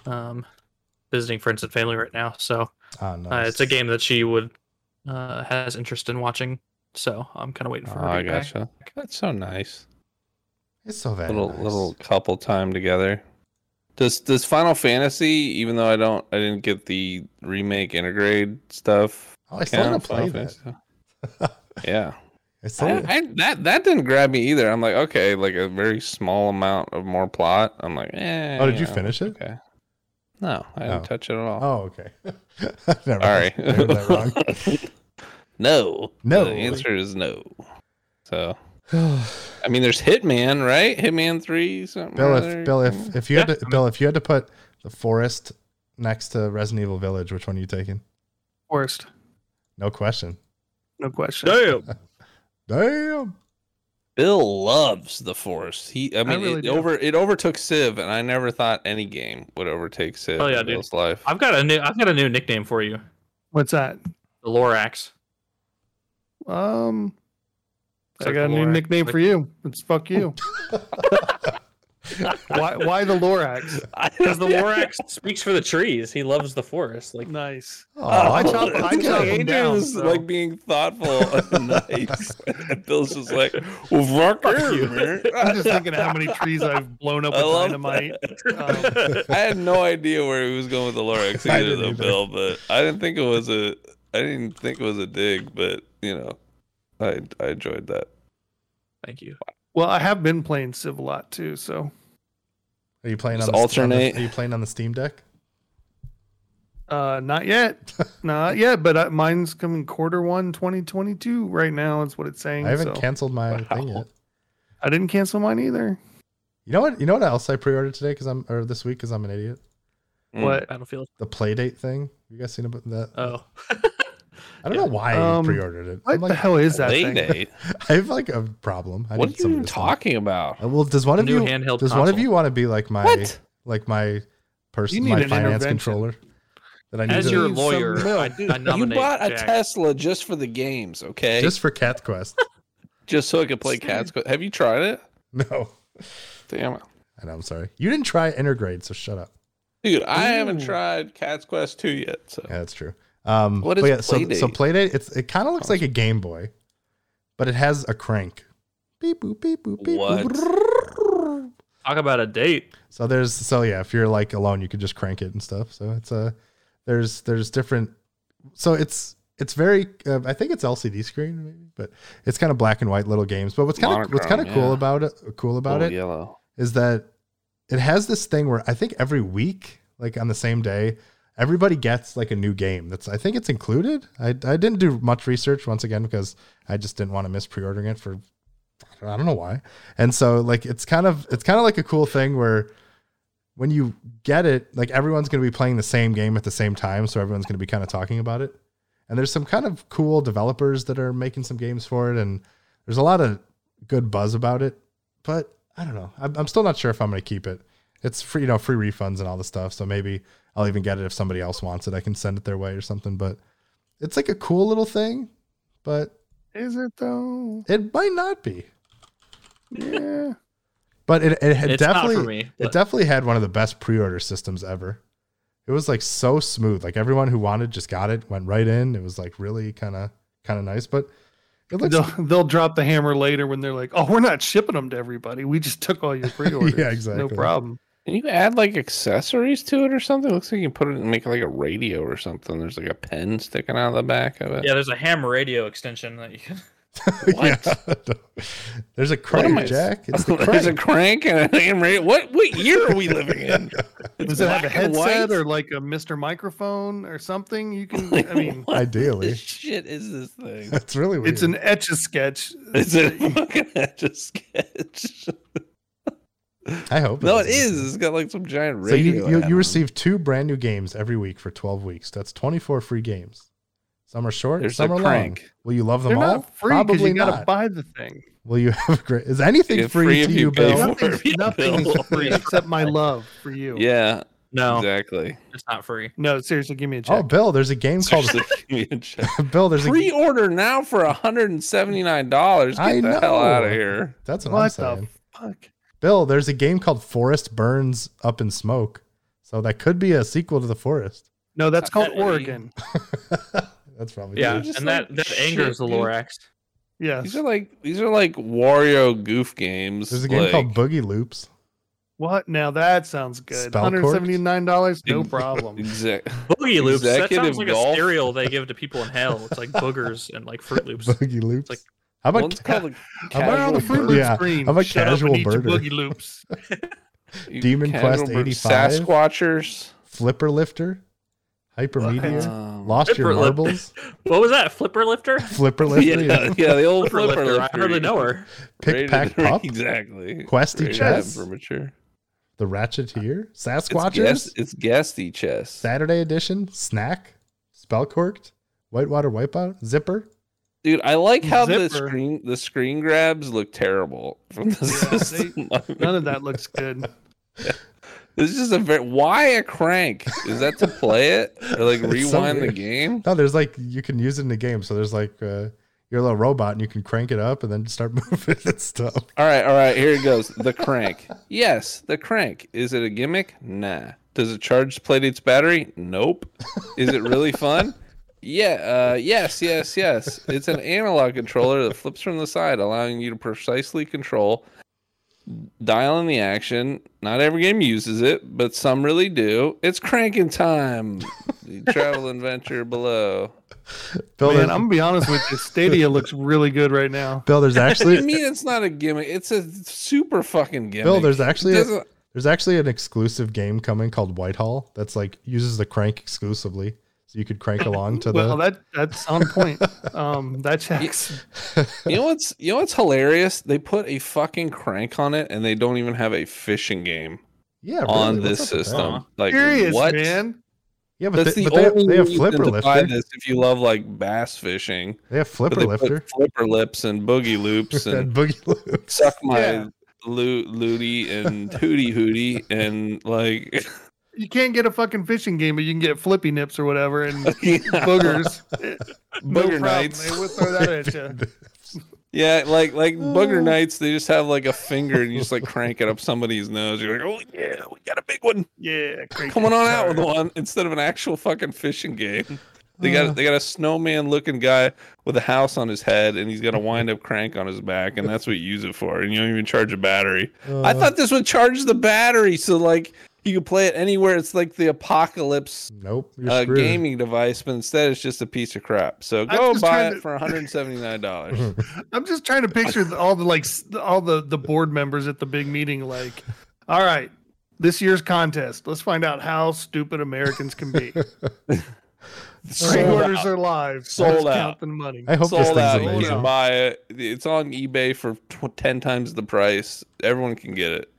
Speaker 3: um, visiting friends and family right now, so
Speaker 1: oh, no,
Speaker 3: uh, it's a game that she would uh, has interest in watching. So I'm kind of waiting for
Speaker 2: Oh,
Speaker 3: her.
Speaker 2: I
Speaker 3: to get back.
Speaker 2: gotcha. That's so nice.
Speaker 1: It's so very
Speaker 2: little
Speaker 1: nice.
Speaker 2: little couple time together. Does does Final Fantasy, even though I don't I didn't get the remake integrade stuff.
Speaker 1: Oh, I still
Speaker 2: count
Speaker 1: want to play
Speaker 2: Final
Speaker 1: that.
Speaker 2: Fantasy? yeah.
Speaker 1: I still.
Speaker 2: I, I, that that didn't grab me either. I'm like, okay, like a very small amount of more plot. I'm like, eh.
Speaker 1: oh, did you
Speaker 2: know,
Speaker 1: finish it?
Speaker 2: Okay. No, I didn't
Speaker 1: Oh.
Speaker 2: touch it at all.
Speaker 1: Oh, okay. Never
Speaker 2: Sorry.
Speaker 1: mind. I read that wrong.
Speaker 2: No.
Speaker 1: No.
Speaker 2: The answer is no. So
Speaker 1: Bill,
Speaker 2: I mean there's Hitman, right? Hitman three, something. or other.
Speaker 1: if Bill, if if you had
Speaker 3: Yeah,
Speaker 1: to
Speaker 3: I'm-
Speaker 1: Bill, if you had to put the forest next to Resident Evil Village, which one are you taking?
Speaker 4: Worst.
Speaker 1: No question.
Speaker 4: no question.
Speaker 3: Damn.
Speaker 1: Damn.
Speaker 2: Bill loves the Force. He, I mean,
Speaker 4: really
Speaker 2: it
Speaker 4: do.
Speaker 2: over it overtook Civ, and I never thought any game would overtake Civ.
Speaker 3: Oh, yeah,
Speaker 2: in
Speaker 3: dude.
Speaker 2: Bill's life.
Speaker 3: I've got a new I've got a new nickname for you.
Speaker 4: What's that?
Speaker 3: The Lorax.
Speaker 4: Um, I
Speaker 3: Except
Speaker 4: got a new
Speaker 3: Lorax.
Speaker 4: nickname for you. It's fuck you. why? Why the Lorax?
Speaker 3: Because the Lorax speaks for the trees. He loves the forest. Like
Speaker 4: Nice.
Speaker 1: Oh,
Speaker 4: I chop- I
Speaker 2: it's like
Speaker 4: chop 'em
Speaker 2: Adrian
Speaker 4: down,
Speaker 2: is,
Speaker 4: so.
Speaker 2: like being thoughtful and nice. And Bill's just like, well, fuck you, man."
Speaker 4: I'm just thinking of how many trees I've blown up
Speaker 2: I
Speaker 4: with
Speaker 2: love
Speaker 4: dynamite. Um,
Speaker 2: I had no idea where he was going with the Lorax
Speaker 1: I
Speaker 2: either,
Speaker 1: didn't
Speaker 2: though,
Speaker 1: either.
Speaker 2: Bill. But I didn't think it was a. I didn't think it was a dig, but you know, I I enjoyed that.
Speaker 3: thank you.
Speaker 4: well, I have been playing Civ a lot too, so
Speaker 1: Are you playing on
Speaker 2: Just
Speaker 1: the, alternate?
Speaker 2: alternate.
Speaker 1: Are you playing on the Steam Deck?
Speaker 4: uh, not yet, not yet. But uh, mine's coming quarter one, 2022 right now. Is what it's saying.
Speaker 1: I haven't
Speaker 4: so.
Speaker 1: canceled my
Speaker 2: Wow.
Speaker 1: thing yet.
Speaker 4: I didn't cancel mine either.
Speaker 1: You know what? You know what else I pre-ordered today because I'm or this week because I'm an idiot. Hmm.
Speaker 2: Mm.
Speaker 4: What?
Speaker 3: Battlefield.
Speaker 1: The Playdate thing. You guys seen about that?
Speaker 3: Oh.
Speaker 1: I don't know why I
Speaker 4: Um,
Speaker 1: pre-ordered it.
Speaker 4: What
Speaker 1: I'm
Speaker 4: the
Speaker 1: like,
Speaker 4: hell is that
Speaker 2: Play
Speaker 4: thing?
Speaker 2: date?
Speaker 1: I have like a problem. I
Speaker 2: What
Speaker 1: need
Speaker 2: are you
Speaker 1: somebody
Speaker 2: even
Speaker 1: to tell me.
Speaker 2: talking about?
Speaker 1: Uh, Well, does one of
Speaker 3: new
Speaker 1: you
Speaker 3: handheld
Speaker 1: does one of
Speaker 3: console.
Speaker 1: you want to be like my
Speaker 2: What?
Speaker 1: like my person,
Speaker 4: need
Speaker 1: my
Speaker 4: an
Speaker 1: finance
Speaker 4: intervention.
Speaker 1: controller? That I need
Speaker 3: As
Speaker 1: to,
Speaker 3: your
Speaker 4: some
Speaker 3: lawyer, I,
Speaker 4: milk.
Speaker 3: I
Speaker 2: You
Speaker 3: nominate
Speaker 2: bought a
Speaker 3: Jack.
Speaker 2: Tesla just for the games, okay?
Speaker 1: just
Speaker 2: Just,
Speaker 1: for Cat Quest.
Speaker 2: so I could play Cats. Quest. Have you tried it?
Speaker 1: no,
Speaker 2: Damn it.
Speaker 1: I know. I'm sorry. You didn't try Intergrade, so shut up.
Speaker 2: Dude, I haven't
Speaker 4: Ooh.
Speaker 2: tried Cats Quest 2 yet. So.
Speaker 1: Yeah, that's true. Um,
Speaker 2: What
Speaker 1: but
Speaker 2: is
Speaker 1: yeah, so, so
Speaker 2: Playdate?
Speaker 1: Playdate, it's it kind of looks like a Game Boy, but it has a crank. Beep boop beep boop beep.
Speaker 2: What?
Speaker 1: boop.
Speaker 3: Talk about a date.
Speaker 1: So there's so yeah, if you're like alone, you could just crank it and stuff. So it's a there's there's different. So it's it's very uh, I think it's LCD screen maybe, but it's kind of black and white little games. But what's kind of what's kind
Speaker 2: Monochrome,
Speaker 1: of cool
Speaker 2: yeah. Oh,
Speaker 1: about it cool about
Speaker 2: Cool
Speaker 1: it
Speaker 2: Yellow.
Speaker 1: is that it has this thing where I think every week, like on the same day, everybody gets like a new game. That's I think it's included. I I didn't do much research once again because I just didn't want to miss pre-ordering it for I don't know why. And so like it's kind of it's kind of like a cool thing where when you get it, like everyone's going to be playing the same game at the same time, so everyone's going to be kind of talking about it. And there's some kind of cool developers that are making some games for it and there's a lot of good buzz about it but I don't know. I'm, I'm still not sure if I'm going to keep it. It's free, you know, free refunds and all this stuff. So maybe I'll even get it if somebody else wants it. I can send it their way or something. But it's like a cool little thing, but
Speaker 4: Is it though?
Speaker 1: it might not be.
Speaker 4: Yeah.
Speaker 1: But it, it had
Speaker 3: It's
Speaker 1: definitely
Speaker 3: not for me.
Speaker 1: it
Speaker 3: but
Speaker 1: definitely had one of the best pre-order systems ever. It was like so smooth. Like everyone who wanted just got it, went right in. It was like really kind of kind of nice. But it looks
Speaker 4: They'll, they'll drop the hammer later when they're like, "Oh, we're not shipping them to everybody. We just took all your pre-orders.
Speaker 1: exactly.
Speaker 4: No problem."
Speaker 2: Can you add like accessories to it or something? looks like you can put it and make like a radio or something. There's like a pen sticking out of the back of it.
Speaker 3: yeah, there's a ham radio extension that you can.
Speaker 1: yeah. There's a
Speaker 2: am I-
Speaker 1: crank, Jack. It's the
Speaker 2: There's a
Speaker 1: crank.
Speaker 2: crank and a ham radio. What what year are we living in? It's
Speaker 4: Does it have a
Speaker 2: black and white?
Speaker 4: headset or like a Mr. Microphone or something? You can. I mean,
Speaker 2: what the
Speaker 1: Ideally,
Speaker 2: shit is this thing?
Speaker 1: that's really weird.
Speaker 4: it's an etch a sketch.
Speaker 2: Is it fucking edge of sketch?
Speaker 1: I hope.
Speaker 2: No, it
Speaker 1: doesn't.
Speaker 2: is. It's got like some giant
Speaker 1: So
Speaker 2: radio.
Speaker 1: you, you,
Speaker 2: ad
Speaker 1: you
Speaker 2: on.
Speaker 1: receive two brand new games every week for 12 weeks. That's 24 free games. Some are short,
Speaker 2: There's
Speaker 1: some
Speaker 2: a
Speaker 1: are long.
Speaker 2: crank.
Speaker 1: Will you love them
Speaker 4: They're
Speaker 1: all?
Speaker 4: not free because
Speaker 1: Probably
Speaker 4: you got to
Speaker 1: not.
Speaker 4: buy the thing.
Speaker 1: Will you have a great? Is anything
Speaker 2: Yeah,
Speaker 1: free,
Speaker 2: free if
Speaker 1: to
Speaker 2: you
Speaker 1: you,
Speaker 2: pay
Speaker 1: Bill? Oh,
Speaker 2: for it. free,
Speaker 4: Nothing's, nothing's
Speaker 2: Bill.
Speaker 4: free except my love for you.
Speaker 2: Yeah,
Speaker 3: No,
Speaker 2: exactly.
Speaker 3: it's not free.
Speaker 4: No, seriously, give me a
Speaker 1: Oh,
Speaker 4: check.
Speaker 1: Bill, there's a game called
Speaker 2: Seriously, give me a check.
Speaker 1: Bill. There's a
Speaker 2: Pre-order now for hundred and seventy-nine dollars. Get
Speaker 1: I
Speaker 2: the hell out
Speaker 1: know.
Speaker 2: of here.
Speaker 1: that's what, I'm
Speaker 4: what the
Speaker 1: saying.
Speaker 4: fuck?
Speaker 1: Bill, there's a game called Forest Burns Up in Smoke. So that could be a sequel to the Forest.
Speaker 4: No, that's
Speaker 2: Not that
Speaker 4: called
Speaker 2: free.
Speaker 4: Oregon.
Speaker 1: that's probably
Speaker 3: Yeah,
Speaker 1: true.
Speaker 2: just
Speaker 3: and
Speaker 2: like,
Speaker 3: that that
Speaker 2: shit,
Speaker 3: angers the
Speaker 2: dude.
Speaker 3: Lorax.
Speaker 4: Yes.
Speaker 2: These are like these are like Wario goof games.
Speaker 1: There's a game
Speaker 2: like,
Speaker 1: called Boogie Loops.
Speaker 4: What? Now that sounds good.
Speaker 1: Spell corks?
Speaker 4: $179, no
Speaker 2: Ex-
Speaker 4: problem.
Speaker 2: Exact.
Speaker 3: Boogie loops. That
Speaker 2: Executive
Speaker 3: sounds like a
Speaker 2: golf.
Speaker 3: cereal they give to people in hell. It's like boogers and like Fruit Loops.
Speaker 1: Boogie Loops.
Speaker 3: like-
Speaker 1: how about
Speaker 2: One's called a
Speaker 1: How about-
Speaker 4: Where are the Fruit
Speaker 2: casual
Speaker 4: Loops
Speaker 1: Yeah,
Speaker 4: green?
Speaker 1: I'm a
Speaker 4: Shut up and
Speaker 1: casual
Speaker 4: eat your
Speaker 1: birder.
Speaker 4: Boogie Loops.
Speaker 2: bird-
Speaker 1: Demon
Speaker 2: casual
Speaker 1: Quest
Speaker 2: bird-
Speaker 1: 85?
Speaker 2: Sasquatchers.
Speaker 1: Flipper Lifter, Hypermedia,
Speaker 2: Um,
Speaker 1: Lost Your
Speaker 3: Flipper
Speaker 1: Marbles,
Speaker 3: Lifter. What was that? Flipper lifter?
Speaker 1: Flipper
Speaker 2: yeah,
Speaker 1: Lifter, yeah.
Speaker 2: yeah, the old
Speaker 3: Flipper
Speaker 2: flipper.
Speaker 3: lifter. I hardly
Speaker 2: lifter.
Speaker 3: know her.
Speaker 1: Pick
Speaker 2: Rated-
Speaker 1: Pack Pop,
Speaker 2: Exactly.
Speaker 1: Questy
Speaker 2: Rated
Speaker 1: Chess.
Speaker 2: M for mature.
Speaker 1: The Ratcheteer,
Speaker 2: It's,
Speaker 1: Sasquatchers,
Speaker 2: guest, it's guesty chess.
Speaker 1: Saturday Edition, Snack, Spellcorked, Whitewater Wipeout, Zipper,
Speaker 2: Dude, I like how the
Speaker 4: Zipper.
Speaker 2: screen the screen grabs look terrible from the
Speaker 4: Yeah, they-
Speaker 2: system. I mean,
Speaker 4: None of that looks good.
Speaker 2: this is a very why a crank? Is that to play it or like
Speaker 1: It's so
Speaker 2: rewind the
Speaker 1: weird.
Speaker 2: game?
Speaker 1: No, there's like you can use it in the game. So there's like uh, you're a little robot and you can crank it up and then start moving and stuff.
Speaker 2: All right, all right, here it goes. The crank. Yes, the crank. Is it a gimmick? Nah. Does it charge Playdate's battery? Nope. Is it really fun? Yeah, uh, yes, yes, yes. It's an analog controller that flips from the side, allowing you to precisely control dial in the action. Not every game uses it, but some really do. It's cranking time. The travel adventure below.
Speaker 1: Bill,
Speaker 4: Man,
Speaker 1: there's,
Speaker 4: I'm gonna be honest with you. Stadia looks really good right now.
Speaker 1: Bill, there's
Speaker 2: I
Speaker 1: actually
Speaker 2: mean, it's not a gimmick. It's a super fucking gimmick.
Speaker 1: Bill, there's actually a,
Speaker 2: Doesn't-
Speaker 1: there's actually an exclusive game coming called Whitehall that's like uses the crank exclusively, so you could crank along to
Speaker 4: Well,
Speaker 1: the.
Speaker 4: that that's on point. Um, that checks.
Speaker 2: You know what's you know what's hilarious? They put a fucking crank on it, and they don't even have a fishing game
Speaker 1: yeah,
Speaker 2: on
Speaker 1: really, what's
Speaker 2: this
Speaker 1: up with that?
Speaker 2: system. Like
Speaker 4: Curious,
Speaker 2: what?
Speaker 4: man.
Speaker 1: Yeah, but,
Speaker 2: That's
Speaker 1: they,
Speaker 2: the
Speaker 1: but they, have,
Speaker 2: only
Speaker 1: they have
Speaker 2: reason
Speaker 1: flipper
Speaker 2: to buy
Speaker 1: lifter.
Speaker 2: this if you love like bass fishing.
Speaker 1: They have
Speaker 2: But
Speaker 1: flipper
Speaker 2: they
Speaker 1: lifter
Speaker 2: put flipper lips and boogie loops
Speaker 1: and
Speaker 2: and
Speaker 1: boogie loop.
Speaker 2: suck my
Speaker 4: Yeah.
Speaker 2: loo- looty and hooty hooty and like
Speaker 4: You can't get a fucking fishing game, but you can get flippy nips or whatever and boogers. Eh,
Speaker 2: booger
Speaker 4: No problem.
Speaker 2: nights.
Speaker 4: They would throw that at you.
Speaker 2: Yeah, like like
Speaker 4: Uh.
Speaker 2: booger nights. They just have like a finger and you just like crank it up somebody's nose. You're like, oh yeah, we got a big one.
Speaker 4: Yeah, crank
Speaker 2: coming
Speaker 4: it
Speaker 2: on out with
Speaker 4: hard.
Speaker 2: one instead of an actual fucking fishing game. They got
Speaker 1: Uh.
Speaker 2: they got a snowman looking guy with a house on his head, and he's got a wind up crank on his back, and that's what you use it for. And you don't even charge a battery. I
Speaker 1: Uh,
Speaker 2: thought this would charge the battery, so like you could play it anywhere. It's like the apocalypse
Speaker 1: Nope, you're
Speaker 2: uh,
Speaker 1: screwed.
Speaker 2: gaming device, but instead it's just a piece of crap. So
Speaker 4: I'm
Speaker 2: go
Speaker 4: just
Speaker 2: buy
Speaker 4: trying
Speaker 2: it
Speaker 4: to-
Speaker 2: for one hundred seventy nine dollars.
Speaker 4: I'm just trying to picture the- all the like s- all the the board members at the big meeting. Like, all right, this year's contest. Let's find out how stupid Americans can be.
Speaker 2: Sold
Speaker 4: Pre-orders
Speaker 2: out.
Speaker 4: are live.
Speaker 2: Sold
Speaker 4: Let's
Speaker 2: out.
Speaker 4: count the money.
Speaker 1: I hope this
Speaker 2: Sold
Speaker 1: thing's
Speaker 2: out. You
Speaker 1: amazing.
Speaker 2: can buy it. It's on eBay for tw- ten times the price. Everyone can get it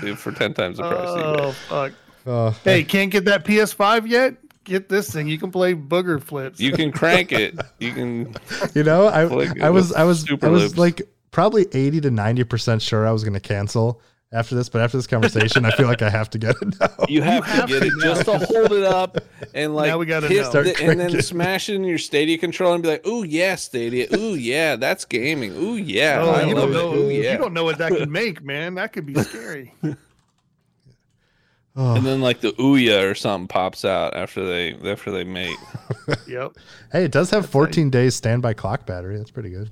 Speaker 2: Dude, for ten times the price. eBay.
Speaker 4: Oh fuck!
Speaker 1: Uh,
Speaker 4: Hey, can't get that PS5 yet? Get this thing. You can play booger flips.
Speaker 2: You can crank it. You can.
Speaker 1: you know, I
Speaker 2: Like,
Speaker 1: I was I was
Speaker 2: super
Speaker 1: I was
Speaker 2: loops.
Speaker 1: like probably eighty to ninety percent sure I was going to cancel after this, but after this conversation, I feel like I have to get it now.
Speaker 2: You have,
Speaker 4: have
Speaker 2: to get
Speaker 4: to
Speaker 2: it
Speaker 4: know.
Speaker 2: just to hold it up and like
Speaker 4: Now we gotta
Speaker 2: hit
Speaker 4: know.
Speaker 2: the-
Speaker 1: Start
Speaker 2: and then
Speaker 1: cranking.
Speaker 2: smash it in your Stadia controller and be like, "Ooh yeah, Stadia. Ooh yeah, that's gaming. Ooh yeah,
Speaker 4: Oh,
Speaker 2: I
Speaker 4: you
Speaker 2: love
Speaker 4: don't
Speaker 2: it.
Speaker 4: know.
Speaker 2: Ooh
Speaker 4: You
Speaker 2: yeah."
Speaker 4: don't know what that could make, man. That could be scary.
Speaker 2: And
Speaker 1: Oh.
Speaker 2: then like the ooya or something pops out after they after they mate.
Speaker 4: yep.
Speaker 1: Hey, it does have fourteen days standby clock battery. That's pretty good.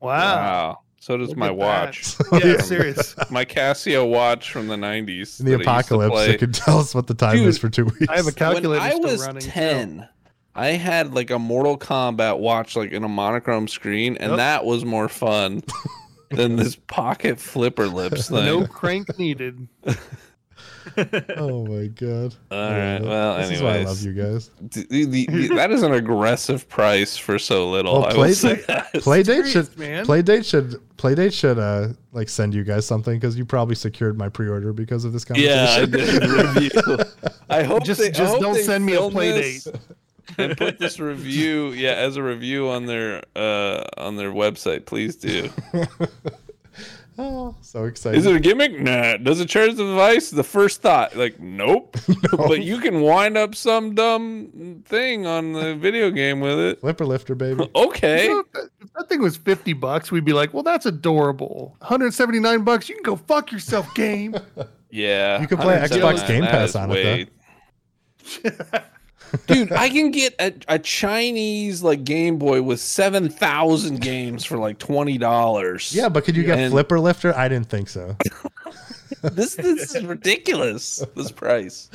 Speaker 4: Wow.
Speaker 2: Wow. So does
Speaker 4: Look
Speaker 2: my
Speaker 4: at that.
Speaker 2: watch.
Speaker 4: Yeah, serious.
Speaker 2: My Casio watch from the nineties.
Speaker 1: In the apocalypse, it could tell us what the time
Speaker 2: Dude,
Speaker 1: is for two weeks.
Speaker 4: I have a
Speaker 2: when
Speaker 4: calculator
Speaker 2: I
Speaker 4: still
Speaker 2: was
Speaker 4: running. too.
Speaker 2: 10, I had like a Mortal Kombat watch like in a monochrome screen, and
Speaker 4: Yep.
Speaker 2: that was more fun than this pocket flipper lips thing.
Speaker 4: No crank needed.
Speaker 1: oh my god!
Speaker 2: All
Speaker 1: I
Speaker 2: right.
Speaker 1: love it.
Speaker 2: Well,
Speaker 1: this is why I love
Speaker 2: anyways,
Speaker 1: you guys.
Speaker 2: D- the- the- the- that is an aggressive price for so little.
Speaker 1: Well,
Speaker 2: I will
Speaker 1: Playdate-
Speaker 2: say that.
Speaker 1: Playdate
Speaker 4: serious,
Speaker 1: should
Speaker 4: man.
Speaker 1: Playdate should Playdate should uh like send you guys something because you probably secured my pre-order because of this conversation.
Speaker 2: yeah, I did review. I hope
Speaker 4: Just,
Speaker 2: they, I
Speaker 4: just
Speaker 2: hope
Speaker 4: don't
Speaker 2: they
Speaker 4: send me a
Speaker 2: film
Speaker 4: play
Speaker 2: this.
Speaker 4: date.
Speaker 2: and put this review yeah as a review on their uh on their website please do
Speaker 1: oh, so
Speaker 2: is
Speaker 1: excited!
Speaker 2: it a gimmick nah does it charge the device the first thought like nope but you can wind up some dumb thing on the video game with it
Speaker 1: Flipper lifter, baby.
Speaker 2: okay
Speaker 4: You know, if, that, if that thing was 50 bucks, we'd be like, well, that's adorable. 179 bucks, you can go fuck yourself, game.
Speaker 2: yeah
Speaker 1: You can play
Speaker 2: 179,
Speaker 1: Xbox Game
Speaker 2: that
Speaker 1: Pass
Speaker 2: is
Speaker 1: on it, though.
Speaker 2: Dude, I can get a, a Chinese like Game Boy with seven thousand games for like twenty dollars.
Speaker 1: Yeah, but could you
Speaker 2: Yeah.
Speaker 1: get flipper lifter? I didn't think so.
Speaker 2: this this is ridiculous. This price.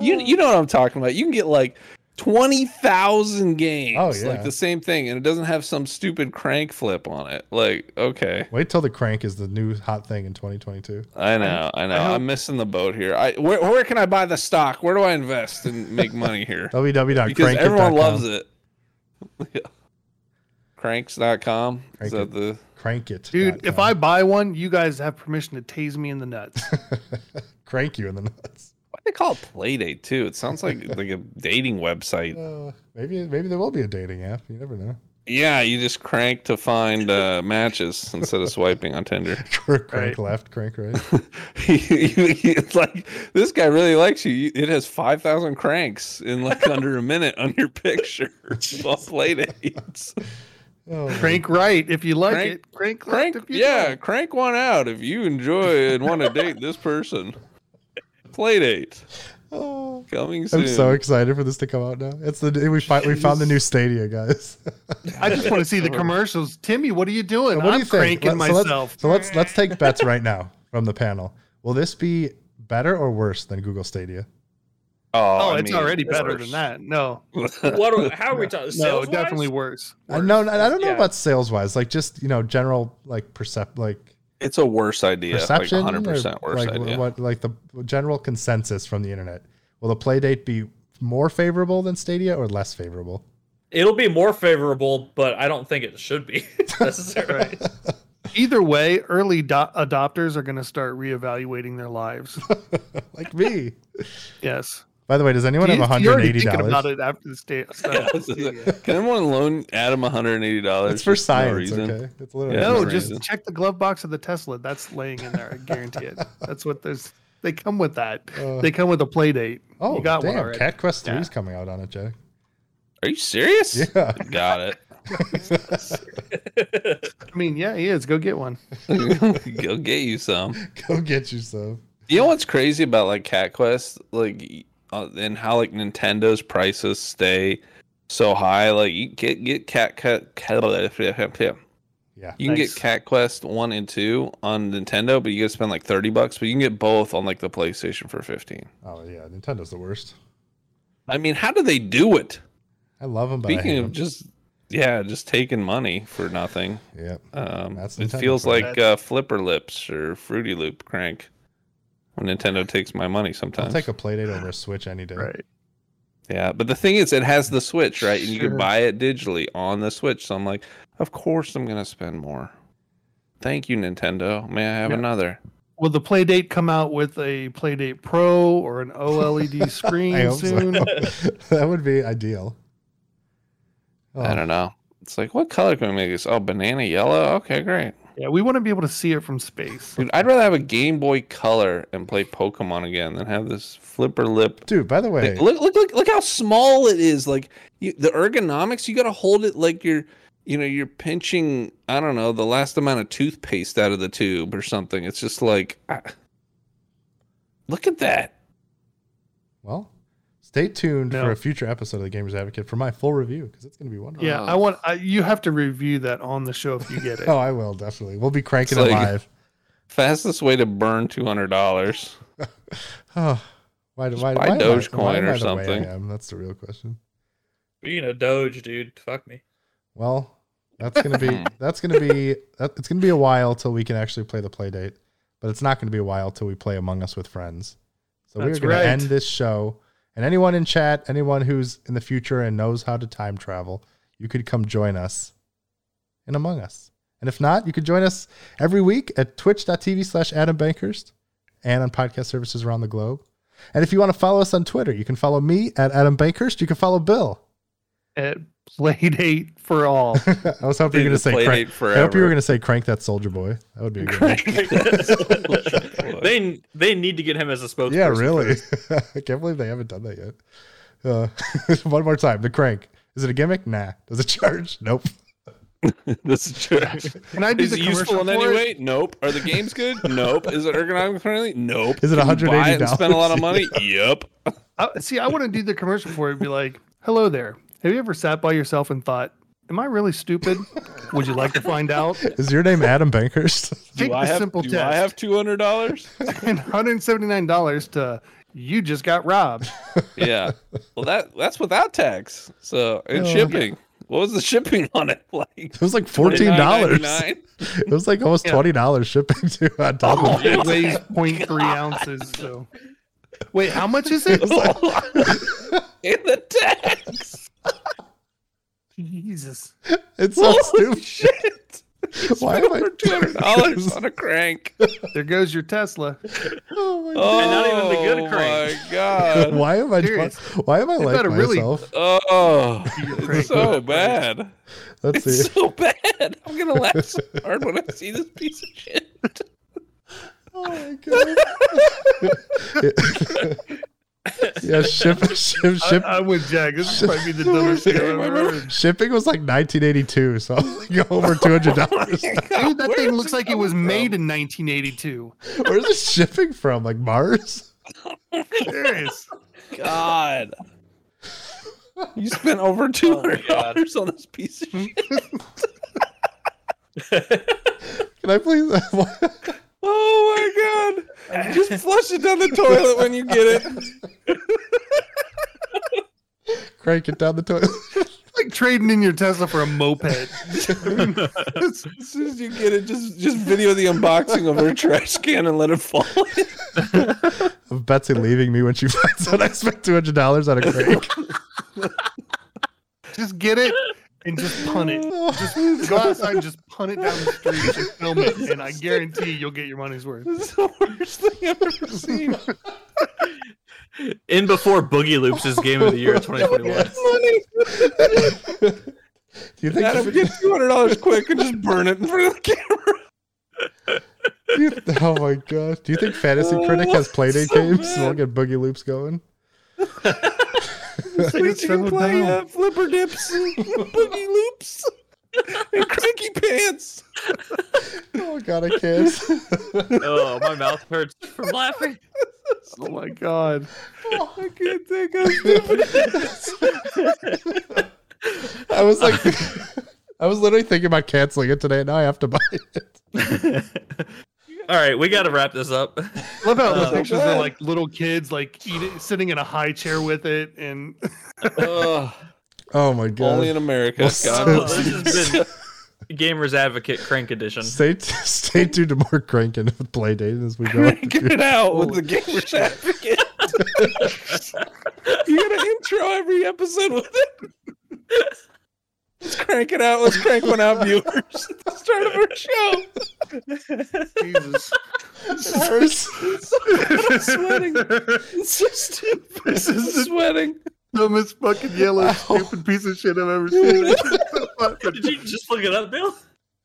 Speaker 2: You you know what I'm talking about. You can get like twenty thousand games,
Speaker 1: Oh, yeah.
Speaker 2: like the same thing, and it doesn't have some stupid crank flip on it. Like, okay,
Speaker 1: Wait till the crank is the new hot thing in 2022.
Speaker 2: I know, I know,
Speaker 4: hope-
Speaker 2: I'm missing the boat here. I where where can I buy the stock? Where do I invest and make money here?
Speaker 1: Oh,
Speaker 2: because
Speaker 1: www.crankit.com.
Speaker 2: everyone loves it. Yeah. Cranks.com. Is
Speaker 1: Crank it.
Speaker 2: that the
Speaker 1: Crank it,
Speaker 4: Dude, if I buy one, you guys have permission to tase me in the nuts.
Speaker 1: crank you in the nuts.
Speaker 2: why do they call it Playdate too? It sounds like like a dating website.
Speaker 1: Uh, maybe maybe there will be a dating app. You never know.
Speaker 2: Yeah, you just crank to find uh, matches instead of swiping on Tinder.
Speaker 1: crank
Speaker 4: Right.
Speaker 1: left, crank right.
Speaker 2: it's like this guy really likes you. It has five thousand cranks in like under a minute on your picture. Well played it.
Speaker 1: Oh, my
Speaker 4: Crank right if you like
Speaker 2: Crank-
Speaker 4: it. Crank
Speaker 2: Crank,
Speaker 4: left if you
Speaker 2: yeah,
Speaker 4: Like.
Speaker 2: crank one out if you enjoy and want to date this person. Play date
Speaker 1: Oh,
Speaker 2: coming soon.
Speaker 1: I'm so excited for this to come out now. It's the we find, we found the new stadia, guys.
Speaker 4: I just want to see the commercials. Timmy, what are you doing?
Speaker 1: what do
Speaker 4: I'm
Speaker 1: you think?
Speaker 4: cranking
Speaker 1: Let- so let's-
Speaker 4: myself.
Speaker 1: So let's let's take bets right now from the panel. Will this be better or worse than Google Stadia?
Speaker 4: oh,
Speaker 2: I
Speaker 4: it's
Speaker 2: mean,
Speaker 4: already
Speaker 2: of
Speaker 4: better
Speaker 2: course.
Speaker 4: than that. No,
Speaker 5: What? Are, how are we talking?
Speaker 4: no,
Speaker 5: Sales-wise?
Speaker 4: definitely worse.
Speaker 1: I know Uh, I don't know
Speaker 5: Yeah.
Speaker 1: about sales wise, like just you know general like percept like
Speaker 2: It's a worse idea.
Speaker 1: perception,
Speaker 2: like
Speaker 1: or,
Speaker 2: 100% worse
Speaker 1: like,
Speaker 2: idea.
Speaker 1: What like the general consensus from the internet? Will the play date be more favorable than Stadia or less favorable?
Speaker 5: It'll be more favorable, but I don't think it should be necessarily.
Speaker 4: Either way, early do- adopters are going to start reevaluating their lives.
Speaker 1: like me.
Speaker 4: yes.
Speaker 1: By the way, does anyone
Speaker 4: You-
Speaker 1: have one
Speaker 4: you're
Speaker 1: hundred and
Speaker 4: already
Speaker 1: eighty
Speaker 4: thinking about
Speaker 1: dollars?
Speaker 4: it after the state.
Speaker 2: Can anyone loan Adam $180?
Speaker 1: It's for
Speaker 2: just no
Speaker 1: science,
Speaker 2: reason?
Speaker 1: okay? It's literally
Speaker 2: Yeah,
Speaker 4: No,
Speaker 2: no
Speaker 4: just
Speaker 2: reason.
Speaker 4: check the glove box of the Tesla. That's laying in there. I guarantee it. That's what there's. They come with that.
Speaker 1: Uh,
Speaker 4: They come with a play date.
Speaker 1: oh,
Speaker 4: you got
Speaker 1: damn!
Speaker 4: one already.
Speaker 1: Cat Quest Three
Speaker 4: Yeah.
Speaker 1: is coming out on it, Jack.
Speaker 2: Are you serious?
Speaker 1: Yeah.
Speaker 2: Got it.
Speaker 4: I mean, yeah, he is. Go get one.
Speaker 2: Go get you some.
Speaker 1: Go get you some.
Speaker 2: You know what's crazy about like Cat Quest, like, uh, and how like Nintendo's prices stay so high. Like, you get get Cat Cat. Cat
Speaker 1: Yeah.
Speaker 2: you can
Speaker 4: Nice.
Speaker 2: get Cat Quest one and two on Nintendo, but you gotta spend like thirty bucks. But you can get both on like the PlayStation for fifteen.
Speaker 1: Oh yeah, Nintendo's the worst.
Speaker 2: I mean, how do they do it?
Speaker 1: I love them, but I hate
Speaker 2: Speaking of
Speaker 1: 'em.
Speaker 2: just yeah, just taking money for nothing.
Speaker 1: Yep.
Speaker 2: Um,
Speaker 1: That's
Speaker 2: it
Speaker 1: Nintendo
Speaker 2: feels
Speaker 1: for you.
Speaker 2: like uh, Flipper Lips or Fruity Loop Crank. When Nintendo takes my money
Speaker 1: I'll
Speaker 2: sometimes.
Speaker 1: take a Playdate over a Switch any day.
Speaker 4: Right.
Speaker 2: yeah, but the thing is, it has the Switch right, and you
Speaker 4: Sure.
Speaker 2: can buy it digitally on the Switch. So I'm like, of course I'm gonna spend more. Thank you, Nintendo. May I have
Speaker 4: Yeah.
Speaker 2: another?
Speaker 4: Will the play date come out with a play date pro or an OLED
Speaker 1: I
Speaker 4: screen
Speaker 1: hope
Speaker 4: soon?
Speaker 1: so. that would be ideal. Oh.
Speaker 2: I don't know. It's like, what color can we make this? Oh, banana yellow. Okay, great.
Speaker 4: Yeah, we want to be able to see it from space.
Speaker 2: Dude, I'd rather have a Game Boy Color and play Pokemon again than have this flipper lip
Speaker 1: Dude, by the way,
Speaker 2: Like, look, look, look, look how small it is. Like you, the ergonomics, you got to hold it like you're, you know, you're pinching. I don't know the last amount of toothpaste out of the tube or something. It's just like, I, look at that.
Speaker 1: well, stay tuned
Speaker 4: No.
Speaker 1: for a future episode of the Gamers Advocate for my full review because it's going to be wonderful.
Speaker 4: Yeah,
Speaker 2: Oh.
Speaker 4: I want. I, you have to review that on the show if you get it.
Speaker 1: Oh, I will definitely. We'll be cranking
Speaker 2: It's
Speaker 1: it
Speaker 2: like-
Speaker 1: live.
Speaker 2: Fastest way to burn two hundred dollars.
Speaker 1: Oh, why do why,
Speaker 2: buy
Speaker 1: why am I-
Speaker 2: Dogecoin
Speaker 1: why am
Speaker 2: or
Speaker 1: I the way I
Speaker 2: something.
Speaker 1: am? That's the real question.
Speaker 5: Speaking of Doge, dude, fuck me.
Speaker 1: Well, that's gonna be that's gonna be that, it's gonna be a while till we can actually play the play date, but it's not gonna be a while till we play Among Us with friends. So we're
Speaker 4: That's
Speaker 1: gonna
Speaker 4: right.
Speaker 1: end this show. And anyone in chat, anyone who's in the future and knows how to time travel, you could come join us in Among Us. And if not, you could join us every week at twitch.tv slash Adam Bankhurst and on podcast services around the globe. And if you want to follow us on Twitter, you can follow me at Adam Bankhurst. You can follow Bill.
Speaker 4: At play date for all.
Speaker 1: I was hoping you were going to say crank, I hope you were going to say crank that soldier boy. That would be a good. one.
Speaker 5: they they need to get him as a spokesperson.
Speaker 1: yeah, really.
Speaker 5: first.
Speaker 1: I can't believe they haven't done that yet. Uh, one more time. The crank. Is it a gimmick? Nah. Does it charge? Nope.
Speaker 2: this is true.
Speaker 4: Can I do
Speaker 2: Is
Speaker 4: the
Speaker 2: it useful
Speaker 4: commercial
Speaker 2: in any
Speaker 4: for it?
Speaker 2: way? Nope. Are the games good? Nope. Is it ergonomic friendly? Nope.
Speaker 1: Is it
Speaker 2: Can you buy it and Spend a lot
Speaker 1: $180?
Speaker 2: of money? yep.
Speaker 4: I, see, I want to do the commercial for it. and Be like, "Hello there. Have you ever sat by yourself and thought, am I really stupid? Would you like to find out?
Speaker 1: Is your name Adam Bankhurst?
Speaker 4: Take
Speaker 2: do I
Speaker 4: the
Speaker 2: have,
Speaker 4: simple
Speaker 2: do
Speaker 4: test.
Speaker 2: I have two hundred dollars?
Speaker 4: and $179 to you just got robbed.
Speaker 2: yeah. Well, that that's without tax. So and
Speaker 1: Oh.
Speaker 2: shipping. What was the shipping on it like?
Speaker 1: It was like fourteen dollars. It
Speaker 2: $29.99?
Speaker 1: was like almost
Speaker 4: Yeah. Oh,
Speaker 1: twenty dollars shipping to on top of it.
Speaker 4: It weighs 0.3 ounces. So, wait, how much is it?
Speaker 2: In the tax.
Speaker 4: Jesus.
Speaker 1: It's so
Speaker 2: Holy
Speaker 1: stupid.
Speaker 2: shit!
Speaker 1: Why am I?
Speaker 2: Two hundred dollars on a crank.
Speaker 4: There goes your Tesla.
Speaker 1: Oh my
Speaker 2: Oh
Speaker 1: God.
Speaker 5: And not even the good
Speaker 2: my
Speaker 5: crank.
Speaker 2: god.
Speaker 1: why am I
Speaker 4: serious.
Speaker 1: why am I
Speaker 4: They
Speaker 1: like
Speaker 4: better really-
Speaker 1: myself?
Speaker 2: Oh,
Speaker 4: crank.
Speaker 2: it's so bad.
Speaker 1: Let's see.
Speaker 2: It's so bad. I'm gonna laugh so hard when I see this piece of shit.
Speaker 1: Oh my god. yeah, ship, ship, ship,
Speaker 4: I, am with Jack. This might be the dumbest thing I've ever heard.
Speaker 1: shipping was like 1982, so like
Speaker 2: Oh
Speaker 1: over two hundred dollars.
Speaker 4: Dude, that
Speaker 2: Where
Speaker 4: thing
Speaker 2: is
Speaker 4: looks like it
Speaker 2: coming
Speaker 4: was
Speaker 2: from?
Speaker 4: made in 1982.
Speaker 1: Where's the shipping from? Like Mars?
Speaker 4: Serious.
Speaker 2: God. Oh You spent over two hundred
Speaker 5: God.
Speaker 2: dollars on this piece of shit.
Speaker 1: Can I please?
Speaker 2: Oh my god! Just flush it down the toilet when you get it.
Speaker 1: crank it down the toilet.
Speaker 4: like trading in your Tesla for a moped.
Speaker 2: As soon as you get it, just just video the unboxing of her trash can and let it fall.
Speaker 1: Of Betsy leaving me when she finds out I spent two hundred dollars
Speaker 2: Oh
Speaker 1: on a crank.
Speaker 4: just get it and just punt it. Just go outside and just punt it down the street and film it, and I guarantee you'll get your money's worth.
Speaker 2: this is the worst thing I've ever seen.
Speaker 3: In before Boogie Loops is game of the year 2021.
Speaker 2: Money.
Speaker 1: Do you think?
Speaker 2: Adam, get two hundred dollars quick and just burn it in front of the camera.
Speaker 1: do you- oh my god! Do you think Fantasy Critic has playdate
Speaker 2: Oh, So
Speaker 1: games?
Speaker 2: bad.
Speaker 1: We'll get boogie loops going.
Speaker 2: We
Speaker 4: It's so
Speaker 2: can play
Speaker 4: dumb.
Speaker 2: uh, flipper dips, and boogie loops, and cranky pants.
Speaker 1: Oh god, I can't.
Speaker 3: Oh, my mouth hurts from laughing.
Speaker 4: Oh my god.
Speaker 2: Oh, I can't take it.
Speaker 1: I was like, I was literally thinking about canceling it today. and Now I have to buy it.
Speaker 3: All right, we got to wrap this up.
Speaker 4: Love how the
Speaker 2: so
Speaker 4: pictures are
Speaker 2: bad.
Speaker 4: like little kids like eating, sitting in a high chair with it, and
Speaker 2: Ugh,
Speaker 1: Oh my god!
Speaker 2: only in America.
Speaker 1: Well,
Speaker 2: God
Speaker 1: so-
Speaker 3: Oh,
Speaker 2: bless you.
Speaker 3: this has been Gamers Advocate Crank Edition.
Speaker 1: stay t- stay tuned to more cranking of playdate as we go.
Speaker 2: Get it out with the gamer's advocate. you gotta intro every episode with it. Let's crank it out. Let's crank one out, viewers. At the start of our show.
Speaker 4: Jesus.
Speaker 2: I'm sweating. It's so stupid.
Speaker 4: This is
Speaker 2: I'm
Speaker 4: the
Speaker 2: sweating.
Speaker 4: dumbest fucking yellow stupid piece of shit I've ever seen.
Speaker 5: Did you just look it up, Bill?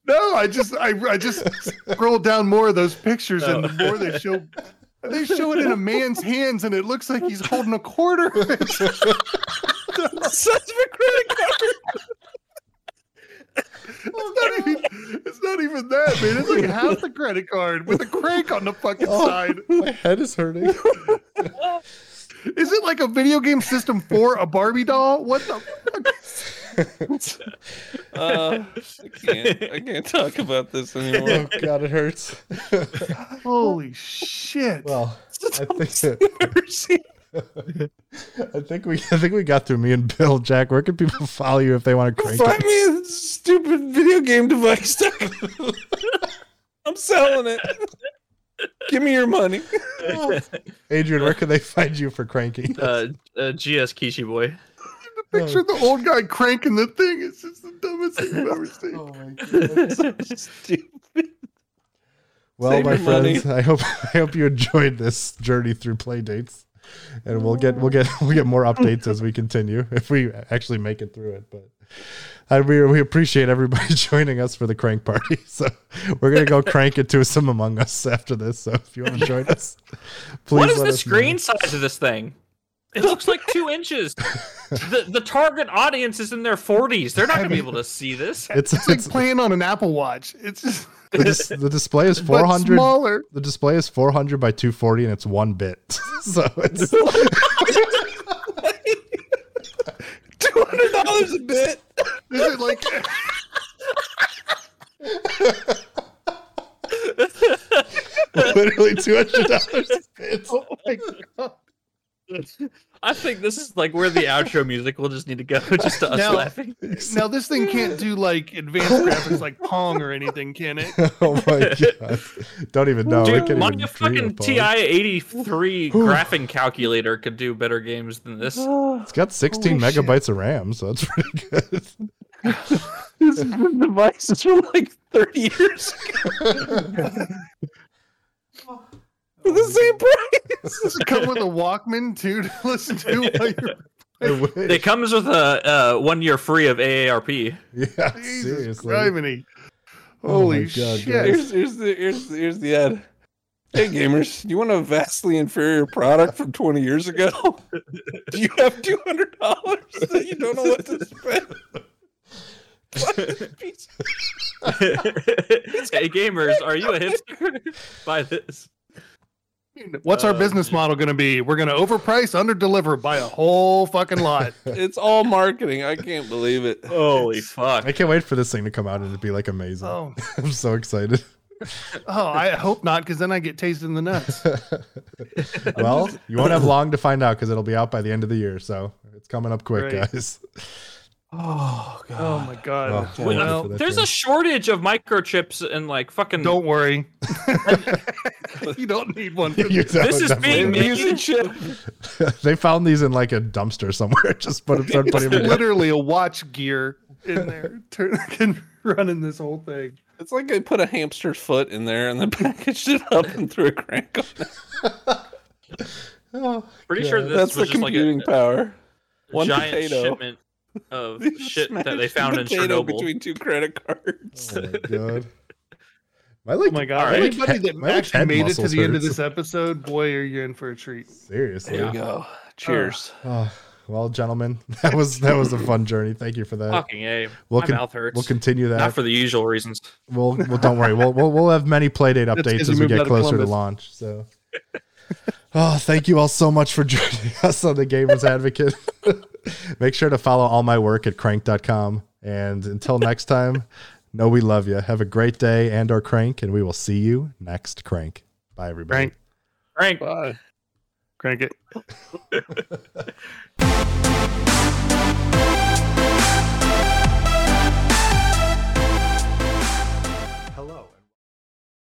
Speaker 4: no, I just I, I just scroll down more of those pictures, and
Speaker 5: Oh.
Speaker 4: the more they show, they show it in a man's hands, and it looks like he's holding a quarter.
Speaker 2: Sons of a credit card.
Speaker 4: It's not even. It's not even that, man. It's like half the credit card with a crank on the fucking
Speaker 1: Oh.
Speaker 4: side.
Speaker 1: My head is hurting.
Speaker 4: Is it like a video game system for a Barbie doll? What the? Fuck?
Speaker 2: Uh, I can't. I can't talk about this anymore.
Speaker 1: Oh god, it hurts.
Speaker 4: Holy shit!
Speaker 1: well,
Speaker 2: It's
Speaker 1: I
Speaker 2: the dumbest
Speaker 1: think-
Speaker 2: thing I've ever seen.
Speaker 1: I think we I think we got through me and Bill. Jack, where can people follow you if they want to crank?
Speaker 2: Find me a stupid video game device. I'm selling it. Give me your money.
Speaker 1: it? Adrian, where can they find you for cranking?
Speaker 3: Uh, uh, GS Kishi Boy.
Speaker 4: the picture of the old guy cranking the thing is just the dumbest thing I've ever seen.
Speaker 1: Oh my god.
Speaker 2: Stupid.
Speaker 1: Well,
Speaker 2: Save
Speaker 1: my
Speaker 2: your money.
Speaker 1: friends, I hope I hope you enjoyed this journey through play dates. And we'll get we'll get we'll get more updates as we continue if we actually make it through it. But I, we we appreciate everybody joining us for the crank party. So we're gonna go crank it to some Among Us after this. So if you want to join us, please.
Speaker 3: what is
Speaker 1: let
Speaker 3: the
Speaker 1: us know.
Speaker 3: screen size of this thing? It looks like two inches. the The target audience is in their 40s. They're not going to be able to see this.
Speaker 1: It's
Speaker 4: It's
Speaker 1: it's,
Speaker 4: like playing on an Apple Watch. It's just
Speaker 1: the, dis- the display is
Speaker 4: but
Speaker 1: four hundred.
Speaker 4: smaller.
Speaker 1: The display is four hundred by two forty, and it's one bit. so it's
Speaker 2: Two hundred dollars a bit.
Speaker 4: Is it like?
Speaker 1: literally two hundred dollars. It's
Speaker 4: Oh my god!
Speaker 3: I think this is like where the outro music will just need to go, just to us
Speaker 4: Now-
Speaker 3: laughing.
Speaker 1: Oh,
Speaker 4: Now this thing can't do like advanced graphics like Pong or anything, can it?
Speaker 1: oh my god! Don't even know. We
Speaker 3: Dude,
Speaker 1: can't
Speaker 3: my
Speaker 1: even dream
Speaker 3: fucking
Speaker 1: of
Speaker 3: TI
Speaker 1: Pong.
Speaker 3: 83 graphing calculator could do better games than this.
Speaker 1: It's got 16
Speaker 4: Holy shit.
Speaker 1: megabytes of RAM, so that's pretty good.
Speaker 2: This device is from like thirty years ago. For the same price.
Speaker 4: Does it come with a Walkman too to listen to while you're
Speaker 1: I wish.
Speaker 3: It comes with a uh, one year free of AARP.
Speaker 1: yeah,
Speaker 4: Jesus
Speaker 1: seriously.
Speaker 4: criminy.
Speaker 1: Oh
Speaker 4: Holy
Speaker 1: my God,
Speaker 4: shit.
Speaker 2: here's, here's the here's the, here's the ad. Hey gamers, you want a vastly inferior product from 20 years ago? Do you have $200 that you don't know what to spend? What piece of-
Speaker 3: hey gamers, are you a hipster? Buy this.
Speaker 4: What's our
Speaker 3: Um,
Speaker 4: business model going to be? We're going to overprice, underdeliver by a whole fucking lot.
Speaker 2: it's all marketing. I can't believe it.
Speaker 3: Holy fuck!
Speaker 1: I can't wait for this thing to come out and it'd be like amazing.
Speaker 4: Oh,
Speaker 1: I'm so excited.
Speaker 4: oh, I hope not, because then I get tasted in the nuts.
Speaker 1: well, you won't have long to find out because it'll be out by the end of the year. So it's coming up quick,
Speaker 4: Right.
Speaker 1: guys.
Speaker 2: Oh
Speaker 4: Oh my god.
Speaker 1: Oh,
Speaker 3: Well,
Speaker 1: wonderful,
Speaker 4: well,
Speaker 1: that's
Speaker 3: There's
Speaker 1: right.
Speaker 3: a shortage of microchips and like fucking.
Speaker 4: don't worry. Hmm. you don't need one. For
Speaker 1: You
Speaker 4: this.
Speaker 1: know,
Speaker 3: This is being
Speaker 1: definitely.
Speaker 3: made.
Speaker 1: they found these in like a dumpster somewhere. Just put them, started putting them together.
Speaker 4: Literally a watch gear in there, turn, can running this whole thing.
Speaker 2: It's like they put a hamster's foot in there and then packaged it up and threw a crank on it.
Speaker 1: Oh,
Speaker 3: Pretty sure
Speaker 1: God.
Speaker 3: this
Speaker 2: That's the
Speaker 3: was just like a,
Speaker 2: computing power.
Speaker 3: a
Speaker 2: One
Speaker 3: giant
Speaker 2: potato.
Speaker 3: shipment of
Speaker 2: They just
Speaker 3: shit that they
Speaker 2: smashed
Speaker 3: found
Speaker 2: the
Speaker 3: in
Speaker 2: potato
Speaker 3: Chernobyl.
Speaker 2: between two credit cards.
Speaker 1: Oh my god. My like,
Speaker 4: Oh my god!
Speaker 1: my, like,
Speaker 4: Anybody
Speaker 1: he-
Speaker 4: that
Speaker 1: my, like,
Speaker 4: actually
Speaker 1: head
Speaker 4: made it to
Speaker 1: muscles
Speaker 4: the end of
Speaker 1: hurts.
Speaker 4: this episode, boy, are you in for a treat.
Speaker 1: Seriously.
Speaker 2: There you go. Cheers.
Speaker 1: Oh, well, gentlemen, that was that was a fun journey. Thank you for that.
Speaker 3: Fucking a.
Speaker 1: we'll
Speaker 3: My
Speaker 1: con-
Speaker 3: mouth hurts.
Speaker 1: we'll continue that.
Speaker 3: Not for the usual reasons.
Speaker 1: we'll, we'll don't worry. We'll, we'll we'll have many playdate
Speaker 4: That's 'cause
Speaker 1: updates
Speaker 4: you
Speaker 1: as we
Speaker 4: moved
Speaker 1: get
Speaker 4: out of
Speaker 1: closer to
Speaker 4: Columbus.
Speaker 1: launch. So, oh, thank you all so much for joining us on the Gamers Advocate. Make sure to follow all my work at crank.com. And until next time, know we love you. Have a great day and or crank, and we will see you next crank. Bye, everybody.
Speaker 3: Frank.
Speaker 4: Crank.
Speaker 2: Bye.
Speaker 4: Crank it.